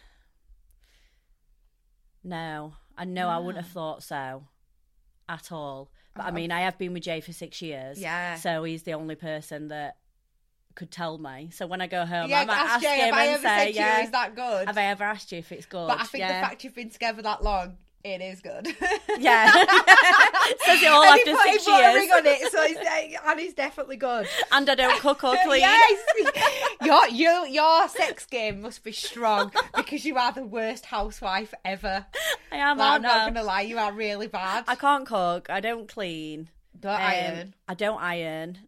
Speaker 1: no, I know I wouldn't have thought so at all. But I
Speaker 2: I'm-
Speaker 1: mean, I have been with Jay for six years,
Speaker 2: Yeah.
Speaker 1: So he's the only person that could tell me. So when I go home,
Speaker 2: yeah,
Speaker 1: I might ask,
Speaker 2: ask Jay,
Speaker 1: him
Speaker 2: have I
Speaker 1: and
Speaker 2: ever
Speaker 1: say,
Speaker 2: said
Speaker 1: "Yeah,
Speaker 2: to you, "Is that good?"
Speaker 1: have I ever asked you if it's good?"
Speaker 2: but I think
Speaker 1: yeah.
Speaker 2: the fact you've been together that long, it is good.
Speaker 1: yeah, says it all
Speaker 2: and
Speaker 1: after
Speaker 2: he put,
Speaker 1: six
Speaker 2: he put a ring
Speaker 1: years,
Speaker 2: on it, so it's, and it's definitely good.
Speaker 1: and I don't cook or clean.
Speaker 2: Yes, your you, your sex game must be strong because you are the worst housewife ever.
Speaker 1: I am.
Speaker 2: Like, I'm
Speaker 1: aren't I?
Speaker 2: not gonna lie, you are really bad.
Speaker 1: I can't cook. I don't clean.
Speaker 2: Don't
Speaker 1: Um,
Speaker 2: iron.
Speaker 1: I don't iron.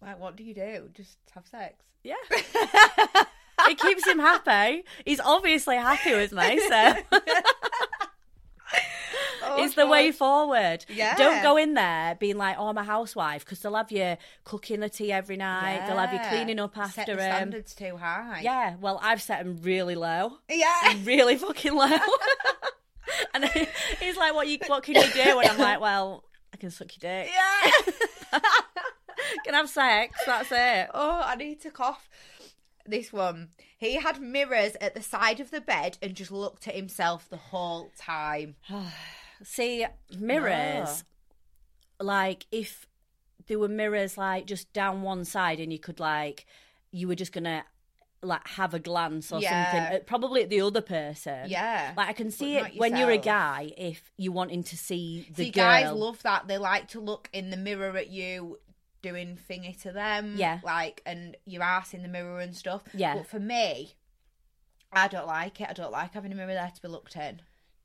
Speaker 2: Like, what do you do? Just have sex.
Speaker 1: Yeah. it keeps him happy. He's obviously happy with me, so
Speaker 2: Oh,
Speaker 1: it's the way forward.
Speaker 2: Yeah.
Speaker 1: Don't go in there being like, oh, I'm a housewife, because they'll have you cooking the tea every night. They'll have you cleaning up after
Speaker 2: Set the
Speaker 1: him.
Speaker 2: standards too high.
Speaker 1: Yeah, Mm. well, I've set him really low.
Speaker 2: yeah.
Speaker 1: Really fucking low. and he's like, what, you, what can you do? And I'm like, well, I can suck your dick.
Speaker 2: Yeah.
Speaker 1: Can have sex. That's it.
Speaker 2: Oh, I need to cough. This one. He had mirrors at the side of the bed and just looked at himself the whole time.
Speaker 1: See, mirrors,
Speaker 2: Ah.
Speaker 1: like if there were mirrors like just down one side and you could like you were just gonna like have a glance or
Speaker 2: Yeah.
Speaker 1: something, uh, probably at the other person.
Speaker 2: Yeah.
Speaker 1: Like I can see
Speaker 2: But
Speaker 1: it
Speaker 2: not
Speaker 1: when you're a
Speaker 2: yourself.
Speaker 1: guy if you're wanting to see the
Speaker 2: See,
Speaker 1: girl.
Speaker 2: guys love that. They like to look in the mirror at you doing thingy to them.
Speaker 1: Yeah.
Speaker 2: Like, and your ass in the mirror and stuff.
Speaker 1: Yeah.
Speaker 2: But for me, I don't like it. I don't like having a mirror there to be looked in.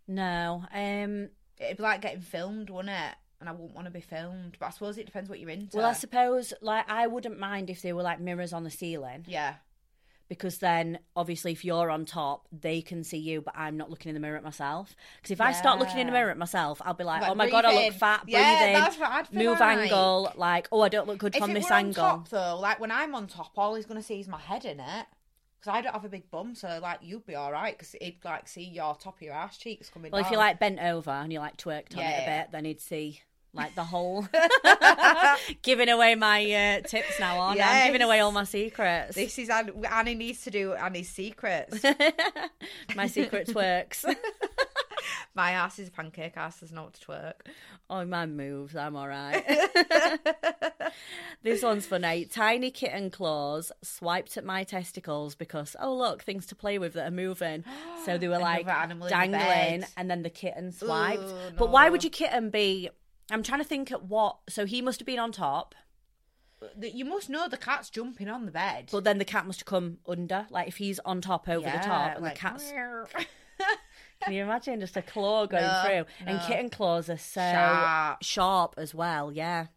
Speaker 1: no, um,
Speaker 2: It'd be like getting filmed, wouldn't it? And I wouldn't want to be filmed. But I suppose it depends what you're into.
Speaker 1: well, I suppose like I wouldn't mind if they were like mirrors on the ceiling
Speaker 2: yeah.
Speaker 1: because then obviously if you're on top they can see you but i'm not looking in the mirror at myself because if i start looking in the
Speaker 2: Yeah.
Speaker 1: mirror at myself i'll be like,
Speaker 2: Like
Speaker 1: oh my god i look
Speaker 2: breathing.
Speaker 1: fat
Speaker 2: Yeah,
Speaker 1: breathing
Speaker 2: that's what I'd feel
Speaker 1: move
Speaker 2: like.
Speaker 1: angle like oh i don't look good
Speaker 2: If
Speaker 1: from
Speaker 2: it
Speaker 1: this
Speaker 2: were on
Speaker 1: angle
Speaker 2: top, though, like when I'm on top, all he's going to see is my head in it. Because I don't have a big bum, so like you'd be all right. Because he'd like see your top of your ass cheeks coming.
Speaker 1: well if
Speaker 2: down.
Speaker 1: you like bent over and you like twerked on it a
Speaker 2: oh. Yeah.
Speaker 1: bit then he'd see like the whole giving away my uh, tips now aren't I? i'm giving
Speaker 2: Yes.
Speaker 1: away all my secrets
Speaker 2: This is Annie, Annie needs to do Annie's secrets.
Speaker 1: my secret twerks
Speaker 2: My ass is a pancake ass. There's not to twerk.
Speaker 1: Oh, my moves. I'm all right. this one's funny. Tiny kitten claws swiped at my testicles because, oh, look, things to play with that are moving. So they were like
Speaker 2: Another animal in the
Speaker 1: dangling,
Speaker 2: bed.
Speaker 1: and then the kitten swiped.
Speaker 2: Ooh,
Speaker 1: But why
Speaker 2: no.
Speaker 1: would your kitten be? I'm trying to think at what. So he must have been on top,
Speaker 2: Th- You must know the cat's jumping on the bed.
Speaker 1: but then the cat must have come under. Like if he's on top over the top, and the cat's. Can you imagine just a claw going
Speaker 2: No,
Speaker 1: through? And
Speaker 2: no.
Speaker 1: kitten claws are so
Speaker 2: Sharp.
Speaker 1: sharp as well. Yeah.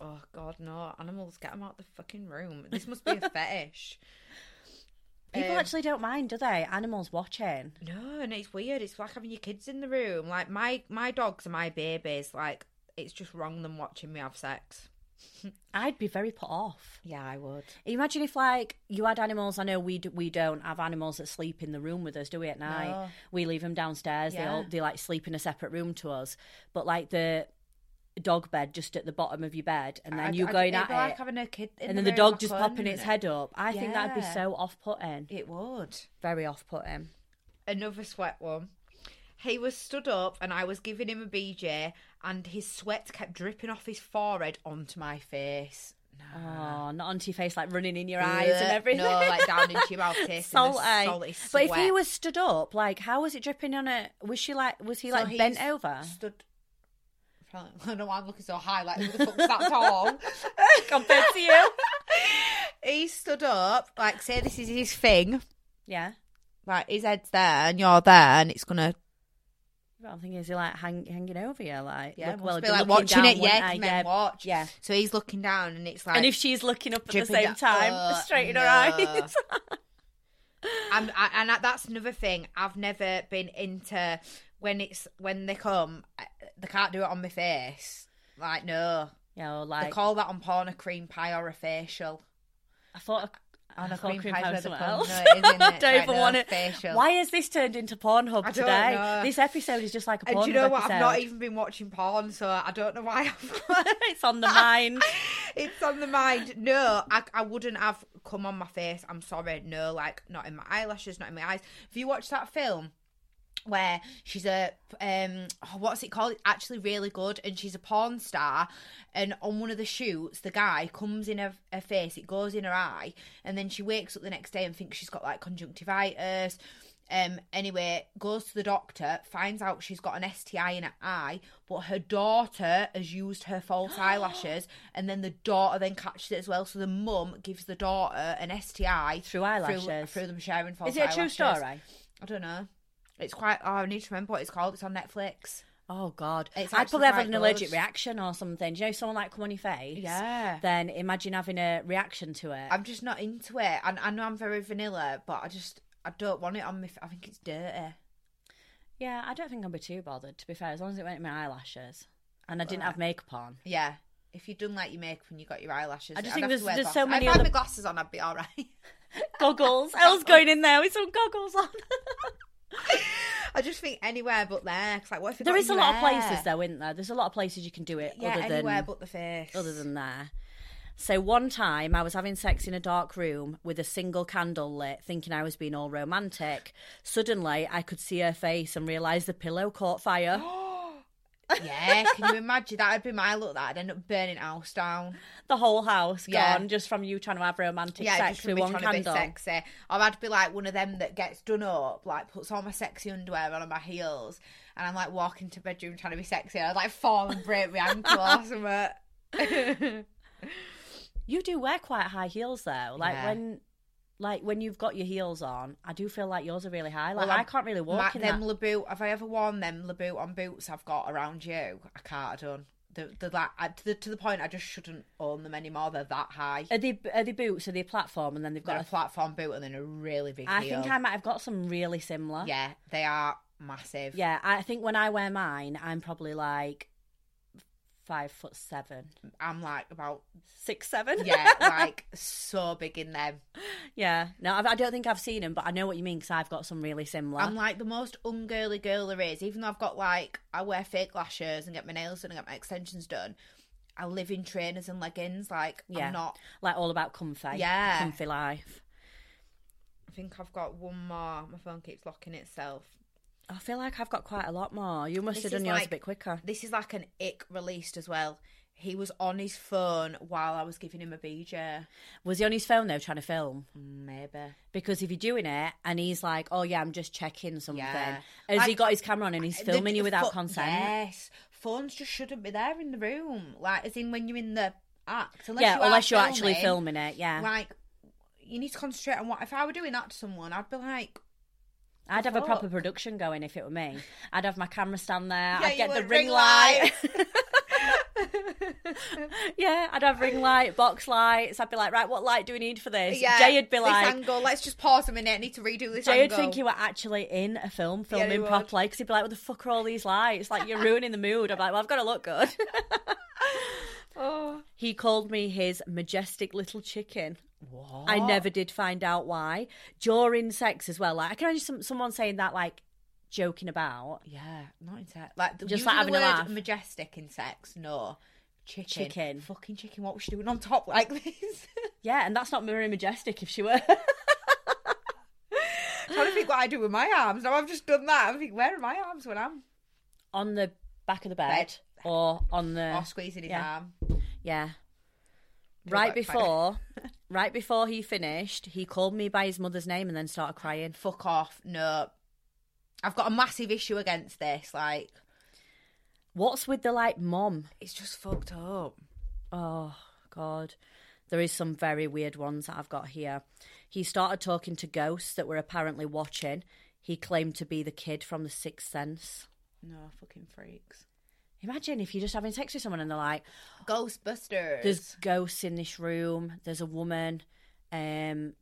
Speaker 2: Oh God, no! Animals, get them out the fucking room. This must be a fetish.
Speaker 1: People
Speaker 2: Um,
Speaker 1: actually don't mind, do they? Animals watching.
Speaker 2: No, and it's weird. It's like having your kids in the room. Like my my dogs are my babies. Like it's just wrong them watching me have sex.
Speaker 1: I'd be very put off.
Speaker 2: Yeah, I would.
Speaker 1: Imagine if, like, you had animals. I know we d- we don't have animals that sleep in the room with us, do we? At night,
Speaker 2: No.
Speaker 1: we leave them downstairs. They all
Speaker 2: Yeah.
Speaker 1: they like sleep in a separate room to us. But like the dog bed just at the bottom of your bed, and then
Speaker 2: I'd-
Speaker 1: you
Speaker 2: I'd-
Speaker 1: going
Speaker 2: it'd
Speaker 1: at
Speaker 2: be like "Oh,
Speaker 1: it,
Speaker 2: having a kid, in
Speaker 1: and then the
Speaker 2: room
Speaker 1: dog
Speaker 2: back
Speaker 1: just
Speaker 2: on,
Speaker 1: popping
Speaker 2: wouldn't
Speaker 1: its
Speaker 2: it?
Speaker 1: head up. I think that'd be
Speaker 2: Yeah.
Speaker 1: so off-putting.
Speaker 2: It would.
Speaker 1: Very off-putting.
Speaker 2: Another sweat one. He was stood up, and I was giving him a BJ, and his sweat kept dripping off his forehead onto my face. No.
Speaker 1: Oh, not onto your face, like running in your eyes and
Speaker 2: Blech.
Speaker 1: everything.
Speaker 2: No, like down into your mouth, tasting
Speaker 1: Salty.
Speaker 2: the salty sweat.
Speaker 1: But if he was stood up, like, how was it dripping on it? Was she like, was he
Speaker 2: So
Speaker 1: like
Speaker 2: he's
Speaker 1: bent over?
Speaker 2: stood. I don't know why I'm looking so high. Like who the fuck's that tall?
Speaker 1: Compared to you.
Speaker 2: he stood up, like say this is his thing.
Speaker 1: Yeah.
Speaker 2: Like his head's there and you're there, and it's gonna
Speaker 1: But I'm thinking, is he like hang, hanging over you? Like,
Speaker 2: yeah,
Speaker 1: look-
Speaker 2: must
Speaker 1: well,
Speaker 2: be
Speaker 1: be
Speaker 2: like
Speaker 1: looking
Speaker 2: watching
Speaker 1: down,
Speaker 2: it. Yeah,
Speaker 1: wouldn't
Speaker 2: 'cause
Speaker 1: I?
Speaker 2: men watch.
Speaker 1: Yeah.
Speaker 2: So he's looking down, and it's like
Speaker 1: And if she's looking up at the
Speaker 2: dripping
Speaker 1: same
Speaker 2: down- Uh,
Speaker 1: time,
Speaker 2: Ugh,
Speaker 1: straight in her
Speaker 2: no.
Speaker 1: eyes.
Speaker 2: I'm, I, and that- that's another thing. I've never been into when it's when they come, I- they can't do it on my face. Like no,
Speaker 1: you know,
Speaker 2: they
Speaker 1: like,
Speaker 2: call that on porn a cream pie or a facial.
Speaker 1: I thought.
Speaker 2: On
Speaker 1: I
Speaker 2: a
Speaker 1: thought
Speaker 2: Oh, cream
Speaker 1: cream
Speaker 2: pie
Speaker 1: pie was
Speaker 2: with a
Speaker 1: somewhere
Speaker 2: pun.
Speaker 1: else.
Speaker 2: No, it is, isn't
Speaker 1: I
Speaker 2: it?
Speaker 1: don't
Speaker 2: Right,
Speaker 1: even
Speaker 2: no,
Speaker 1: want it.
Speaker 2: facial.
Speaker 1: Why has this turned into Pornhub
Speaker 2: don't
Speaker 1: today?
Speaker 2: know.
Speaker 1: This episode is just like a Pornhub
Speaker 2: And do you know what?
Speaker 1: episode.
Speaker 2: I've not even been watching porn, so I don't know why I've,
Speaker 1: it's on the mind.
Speaker 2: it's on the mind. No, I, I wouldn't have come on my face. I'm sorry. No, like not in my eyelashes, not in my eyes. Have you watched that film? Where she's a um, oh, what's it called? It's actually really good, and she's a porn star. And on one of the shoots, the guy comes in her, her face, it goes in her eye, and then she wakes up the next day and thinks she's got like conjunctivitis. Um, anyway, goes to the doctor, finds out she's got an STI in her eye, but her daughter has used her false eyelashes, and then the daughter then catches it as well. So the mum gives the daughter an STI
Speaker 1: Through eyelashes.
Speaker 2: through, them sharing false.
Speaker 1: Is it a true
Speaker 2: eyelashes.
Speaker 1: story?
Speaker 2: I don't know. It's quite. Oh, I need to remember what it's called. It's on Netflix.
Speaker 1: Oh God!
Speaker 2: It's
Speaker 1: I'd
Speaker 2: actually
Speaker 1: probably have
Speaker 2: quite
Speaker 1: an allergic
Speaker 2: good.
Speaker 1: reaction or something. Do you know, if someone like come on your face.
Speaker 2: Yeah.
Speaker 1: Then imagine having a reaction to it.
Speaker 2: I'm just not into it. And I know I'm very vanilla, but I just I don't want it on me. I think it's dirty.
Speaker 1: yeah, I don't think I'd be too bothered. To be fair, as long as it went in my eyelashes and I didn't have makeup on.
Speaker 2: Yeah. If you'd done like your makeup and you got your eyelashes,
Speaker 1: I just
Speaker 2: I'd
Speaker 1: think
Speaker 2: have to
Speaker 1: there's-
Speaker 2: wear
Speaker 1: there's
Speaker 2: glasses.
Speaker 1: so many
Speaker 2: If I had
Speaker 1: other-
Speaker 2: my glasses on, I'd be all right.
Speaker 1: Goggles. I was going in there with some goggles on.
Speaker 2: I just think anywhere but there. 'cause, like, what if it
Speaker 1: there
Speaker 2: got
Speaker 1: is a
Speaker 2: in
Speaker 1: lot of
Speaker 2: your hair?
Speaker 1: places though, isn't there? There's a lot of places you can do it
Speaker 2: Yeah,
Speaker 1: other
Speaker 2: anywhere
Speaker 1: than
Speaker 2: but the face.
Speaker 1: other than there. So one time I was having sex in a dark room with a single candle lit, thinking I was being all romantic. Suddenly I could see her face and realised the pillow caught fire.
Speaker 2: yeah, can you imagine? That would be my look. That I'd end up burning house down.
Speaker 1: the whole house gone
Speaker 2: Yeah.
Speaker 1: just from you trying to have romantic
Speaker 2: Yeah,
Speaker 1: sex
Speaker 2: just from
Speaker 1: with
Speaker 2: me
Speaker 1: one
Speaker 2: trying to be
Speaker 1: candle.
Speaker 2: sexy. Or I'd be like one of them that gets done up, like puts all my sexy underwear on and my heels, and I'm like walking to bedroom trying to be sexy. and I'd like fall and break my ankle or something.
Speaker 1: You do wear quite high heels though. Like
Speaker 2: Yeah.
Speaker 1: when like when you've got your heels on, I do feel like yours are really high. Like
Speaker 2: Well, I'm-
Speaker 1: I can't really walk
Speaker 2: Mac,
Speaker 1: in
Speaker 2: them
Speaker 1: that.
Speaker 2: Laboot, have I ever worn them Laboot on boots I've got around you? I can't have done. They're, they're that, I, to, the, to the point I just shouldn't own them anymore. They're that high.
Speaker 1: Are they are they boots? Are they platform? And then they've
Speaker 2: Got
Speaker 1: got.
Speaker 2: a platform boot and then a really big
Speaker 1: a- I
Speaker 2: heel.
Speaker 1: think I might have got some really similar.
Speaker 2: Yeah, they are massive.
Speaker 1: Yeah, I think when I wear mine, I'm probably like five foot seven,
Speaker 2: I'm like about,
Speaker 1: six seven.
Speaker 2: yeah, like so big in them.
Speaker 1: yeah. No, I've, I don't think I've seen them, but I know what you mean because I've got some really similar.
Speaker 2: I'm like the most ungirly girl there is. Even though I've got like I wear fake lashes and get my nails done and get my extensions done, I live in trainers and leggings. Like
Speaker 1: Yeah.
Speaker 2: I'm not.
Speaker 1: like all about comfy.
Speaker 2: Yeah.
Speaker 1: comfy life.
Speaker 2: I think I've got one more. My phone keeps locking itself.
Speaker 1: I feel like I've got quite a lot more. You must
Speaker 2: This
Speaker 1: have done
Speaker 2: is
Speaker 1: yours a
Speaker 2: like-
Speaker 1: bit quicker.
Speaker 2: This is like an ick released as well. He was on his phone while I was giving him a BJ.
Speaker 1: Was he on his phone though, trying to film?
Speaker 2: Maybe.
Speaker 1: Because if you're doing it and he's like, "Oh yeah, I'm just checking something,"
Speaker 2: Yeah.
Speaker 1: has he
Speaker 2: Like-
Speaker 1: got his camera on and he's
Speaker 2: The-
Speaker 1: filming you
Speaker 2: the
Speaker 1: without
Speaker 2: pho-
Speaker 1: consent?
Speaker 2: Yes. Phones just shouldn't be there in the room. Like as in when you're in the act. Unless
Speaker 1: yeah,
Speaker 2: you are
Speaker 1: unless you're actually
Speaker 2: filming.
Speaker 1: filming it. Yeah,
Speaker 2: like you need to concentrate on what if i were doing that to someone i'd be like
Speaker 1: I'd have a proper
Speaker 2: fuck.
Speaker 1: production going if it were me. I'd have my camera stand there.
Speaker 2: Yeah,
Speaker 1: I'd
Speaker 2: you
Speaker 1: get the
Speaker 2: would,
Speaker 1: ring
Speaker 2: ring
Speaker 1: light. yeah, I'd have ring light, box lights. I'd be like, right, what light do we need for this? Jay would be
Speaker 2: this
Speaker 1: like,
Speaker 2: angle let's just pause a minute i need to redo this
Speaker 1: Jay would
Speaker 2: angle.
Speaker 1: think you were actually in a film filming
Speaker 2: would.
Speaker 1: properly because he'd be like, what the fuck are all these lights? Like, you're ruining the mood. I'm like, well, I've got to look good.
Speaker 2: Oh.
Speaker 1: He called me his majestic little chicken.
Speaker 2: What?
Speaker 1: I never did find out why. During sex as well. Like I can imagine some, someone saying that like joking about.
Speaker 2: Yeah, not in sex. Like
Speaker 1: Just
Speaker 2: just
Speaker 1: like
Speaker 2: like
Speaker 1: having a
Speaker 2: the word
Speaker 1: laugh.
Speaker 2: majestic in sex. No, chicken,
Speaker 1: Chicken.
Speaker 2: fucking chicken. What was she doing on top like this?
Speaker 1: Yeah, and that's not very majestic if she were.
Speaker 2: trying to think what I do with my arms. Now I've just done that. I think where are my arms when I'm
Speaker 1: on the back of the bed,
Speaker 2: Bed.
Speaker 1: or on the
Speaker 2: or squeezing his
Speaker 1: yeah.
Speaker 2: arm?
Speaker 1: yeah. Right
Speaker 2: backfire.
Speaker 1: before, right before he finished, he called me by his mother's name and then started crying.
Speaker 2: Fuck off. No, I've got a massive issue against this. Like
Speaker 1: What's with the like, mom?
Speaker 2: it's just fucked up.
Speaker 1: Oh God, there is some very weird ones that I've got here. He started talking to ghosts that were apparently watching. He claimed to be the kid from The Sixth Sense.
Speaker 2: No fucking freaks.
Speaker 1: Imagine if you're just having sex with someone and they're like,
Speaker 2: Ghostbusters.
Speaker 1: there's ghosts in this room. There's a woman. Um,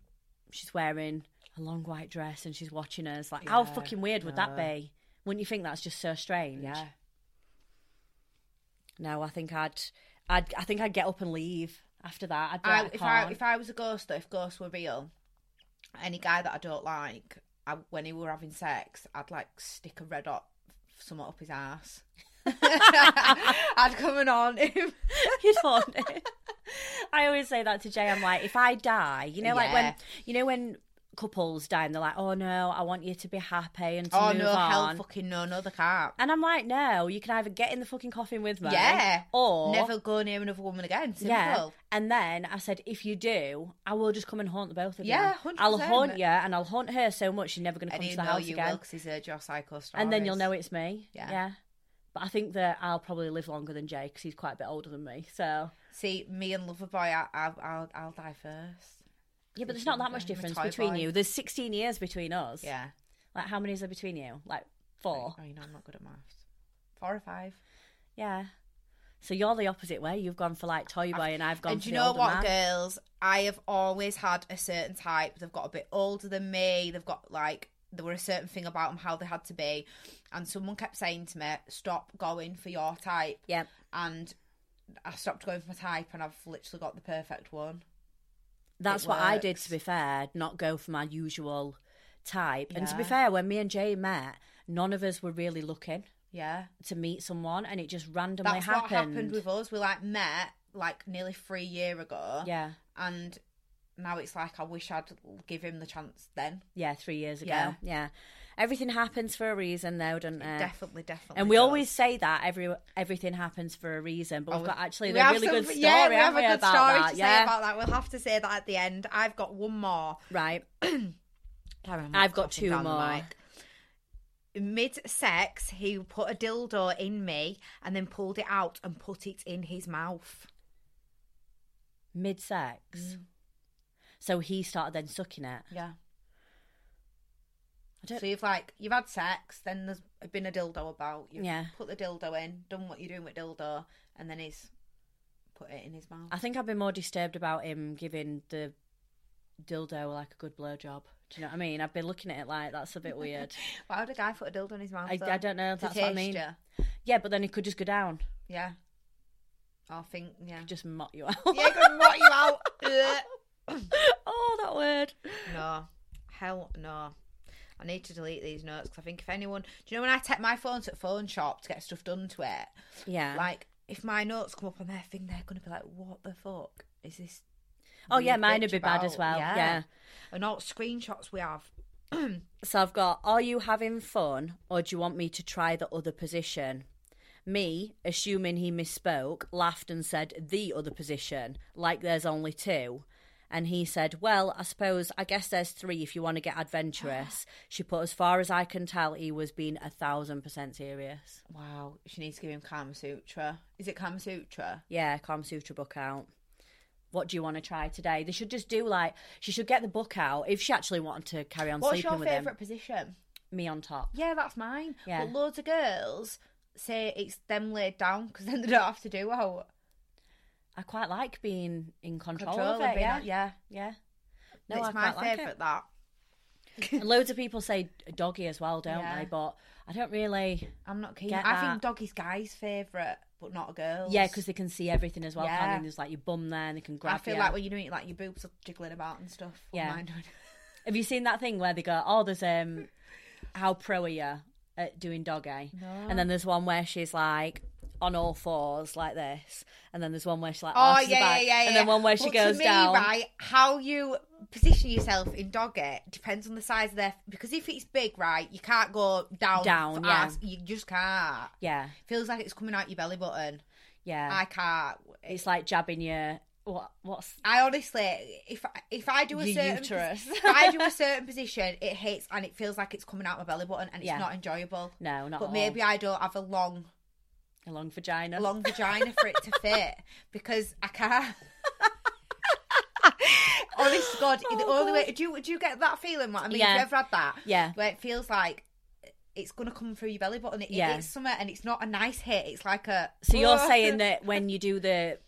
Speaker 1: she's wearing a long white dress and she's watching us. Like, how
Speaker 2: Yeah,
Speaker 1: fucking weird would that be? Wouldn't you think that's just so strange?
Speaker 2: yeah.
Speaker 1: No, I think I'd, I'd, I think I'd get up and leave after that. I'd be
Speaker 2: I,
Speaker 1: like,
Speaker 2: if I
Speaker 1: can't.
Speaker 2: if I was a ghost, though, if ghosts were real, any guy that I don't like, I, when he were having sex, I'd like stick a red hot somewhat up his ass. I'd come and haunt him.
Speaker 1: You don't know. I always say that to Jay. I'm like, if I die, you know, like when
Speaker 2: Yeah.
Speaker 1: you know when couples die and they're like, oh no, I want you to be happy and to
Speaker 2: oh
Speaker 1: move
Speaker 2: no,
Speaker 1: on.
Speaker 2: hell fucking no, no, they can't.
Speaker 1: and I'm like, no, you can either get in the fucking coffin with me,
Speaker 2: Yeah.
Speaker 1: or
Speaker 2: Never go near another woman again. Simple.
Speaker 1: yeah. And then I said, if you do, I will just come and haunt the both of
Speaker 2: Yeah,
Speaker 1: you.
Speaker 2: 100%.
Speaker 1: I'll haunt you, and I'll haunt her so much she's never going to
Speaker 2: And
Speaker 1: come to
Speaker 2: he'll
Speaker 1: the
Speaker 2: know
Speaker 1: house
Speaker 2: you will
Speaker 1: again.
Speaker 2: 'cause because he's heard your psycho stories.
Speaker 1: and then you'll know it's me.
Speaker 2: Yeah.
Speaker 1: But I think that I'll probably live longer than Jay because he's quite a bit older than me. So
Speaker 2: See, me and Loverboy, I, I, I'll, I'll die first.
Speaker 1: yeah, but there's not that much
Speaker 2: I'm a
Speaker 1: difference
Speaker 2: toy
Speaker 1: between
Speaker 2: boy.
Speaker 1: you. There's 16 years between us.
Speaker 2: Yeah.
Speaker 1: Like, how many is there between you? Like four.
Speaker 2: Oh, you know, I'm not good at maths. Four or five.
Speaker 1: Yeah. So you're the opposite way. You've gone for like toy boy, and I've gone
Speaker 2: and
Speaker 1: for
Speaker 2: do you
Speaker 1: the
Speaker 2: know
Speaker 1: older man.
Speaker 2: what, girls? I have always had a certain type. They've got a bit older than me. They've got like there were a certain thing about them how they had to be, and someone kept saying to me, "Stop going for your type."
Speaker 1: Yeah.
Speaker 2: And I stopped going for my type, and I've literally got the perfect one.
Speaker 1: That's
Speaker 2: It
Speaker 1: what I did,
Speaker 2: works.
Speaker 1: to be fair, not go for my usual type. And to be
Speaker 2: Yeah.
Speaker 1: fair, when me and Jay met, none of us were really looking
Speaker 2: Yeah,
Speaker 1: to meet someone, and it just randomly
Speaker 2: that's
Speaker 1: happened.
Speaker 2: what happened with us. We like met like nearly three year ago.
Speaker 1: yeah,
Speaker 2: and now it's like I wish I'd give him the chance then.
Speaker 1: yeah, three years ago. Yeah.
Speaker 2: Yeah.
Speaker 1: Everything happens for a reason, though, doesn't it?
Speaker 2: definitely, definitely.
Speaker 1: And we
Speaker 2: does.
Speaker 1: always say that every everything happens for a reason, but we've got actually
Speaker 2: Oh, We
Speaker 1: a
Speaker 2: have
Speaker 1: really
Speaker 2: some-
Speaker 1: good story.
Speaker 2: Yeah, we have
Speaker 1: haven't
Speaker 2: a good
Speaker 1: about
Speaker 2: story
Speaker 1: that?
Speaker 2: to
Speaker 1: yeah,
Speaker 2: say about that. We'll have to say that at the end. I've got one more.
Speaker 1: right. I've
Speaker 2: I've
Speaker 1: got two more.
Speaker 2: Mid sex, he put a dildo in me and then pulled it out and put it in his mouth.
Speaker 1: Mid sex.
Speaker 2: Mm.
Speaker 1: So he started then sucking it.
Speaker 2: Yeah.
Speaker 1: I don't-
Speaker 2: So you've like you've had sex, then there's been a dildo about. You've
Speaker 1: Yeah.
Speaker 2: Put the dildo in, done what you're doing with dildo, and then he's put it in his mouth.
Speaker 1: I think I'd be more disturbed about him giving the dildo like a good blowjob. Do you know what I mean? I've been looking at it like that's a bit weird.
Speaker 2: Why would a guy put a dildo in his mouth?
Speaker 1: I,
Speaker 2: though?
Speaker 1: I don't know.
Speaker 2: To
Speaker 1: If that's what I
Speaker 2: taste
Speaker 1: mean.
Speaker 2: ya.
Speaker 1: Yeah, but then he could just go down,
Speaker 2: Yeah. I think yeah.
Speaker 1: just mop you out.
Speaker 2: yeah, gonna rot you out. Ugh.
Speaker 1: oh, that word.
Speaker 2: No, hell no. I need to delete these notes because I think if anyone, do you know when I take my phone to the phone shop to get stuff done to it,
Speaker 1: Yeah.
Speaker 2: like if my notes come up on their thing, they're gonna be like, "What the fuck is this?"
Speaker 1: oh yeah,
Speaker 2: weird
Speaker 1: mine
Speaker 2: bitch
Speaker 1: would be bad as
Speaker 2: about?"
Speaker 1: well. yeah.
Speaker 2: and all the screenshots we have.
Speaker 1: So I've got, are you having fun or do you want me to try the other position? Me, assuming he misspoke, laughed and said, the other position, like there's only two. And he said, well, I suppose, I guess there's three if you want to get adventurous. she put, as far as I can tell, he was being a thousand percent serious.
Speaker 2: Wow, she needs to give him Kama Sutra. Is it Kama Sutra?
Speaker 1: Yeah, Kama Sutra book out. What do you want to try today? They should just do like, she should get the book out if she actually wanted to carry on
Speaker 2: What's
Speaker 1: sleeping
Speaker 2: your
Speaker 1: with him.
Speaker 2: favourite position?
Speaker 1: Me on top.
Speaker 2: Yeah, that's mine.
Speaker 1: Yeah.
Speaker 2: But loads of girls say it's them laid down because then they don't have to do out.
Speaker 1: I quite like being in control,
Speaker 2: Control
Speaker 1: of
Speaker 2: and
Speaker 1: it.
Speaker 2: being
Speaker 1: Yeah,
Speaker 2: out- yeah.
Speaker 1: yeah. No,
Speaker 2: it's
Speaker 1: I
Speaker 2: my
Speaker 1: quite like it.
Speaker 2: favourite that.
Speaker 1: And Loads of people say doggy as well, don't
Speaker 2: Yeah.
Speaker 1: they? But I don't really.
Speaker 2: I'm not keen.
Speaker 1: Get
Speaker 2: I think
Speaker 1: that.
Speaker 2: doggy's guy's favourite, but not a girl's.
Speaker 1: Yeah, because they can see everything as well.
Speaker 2: Yeah.
Speaker 1: Can't they? There's like your bum there, and they can grab.
Speaker 2: I feel
Speaker 1: you.
Speaker 2: like when you're doing it, like your boobs are jiggling about and stuff.
Speaker 1: Yeah.
Speaker 2: Mine don't.
Speaker 1: Have you seen that thing where they go, "Oh, there's um, how pro are you at doing doggy?" No. And then there's one where she's like on all fours like this, and then there's one where she's like,
Speaker 2: Oh
Speaker 1: arse to the
Speaker 2: yeah, yeah,
Speaker 1: back,
Speaker 2: yeah, yeah.
Speaker 1: and then one where she
Speaker 2: But
Speaker 1: goes
Speaker 2: to me,
Speaker 1: down.
Speaker 2: Right, how you position yourself in doggy depends on the size of their. Because if it's big, right, you can't go down.
Speaker 1: Down,
Speaker 2: for
Speaker 1: yeah.
Speaker 2: ass. You just can't.
Speaker 1: Yeah,
Speaker 2: Feels like it's coming out your belly button.
Speaker 1: yeah.
Speaker 2: I can't.
Speaker 1: it's like jabbing your what? What's
Speaker 2: I honestly, if I- if I do a
Speaker 1: Your
Speaker 2: certain,
Speaker 1: uterus.
Speaker 2: if I do a certain position, it hits and it feels like it's coming out my belly button, and it's
Speaker 1: Yeah.
Speaker 2: not enjoyable.
Speaker 1: no, not
Speaker 2: But
Speaker 1: at
Speaker 2: maybe I don't have a long,
Speaker 1: all. a long vagina.
Speaker 2: a long vagina for it to fit because I can't. Honest to God, the only way. Do you do you get that feeling? What I mean,
Speaker 1: Oh, Yeah.
Speaker 2: have you ever had that?
Speaker 1: Yeah.
Speaker 2: where it feels like it's gonna come through your belly button. It,
Speaker 1: Yeah.
Speaker 2: it's summer and it's not a nice hit. It's like a.
Speaker 1: So you're saying that when you do the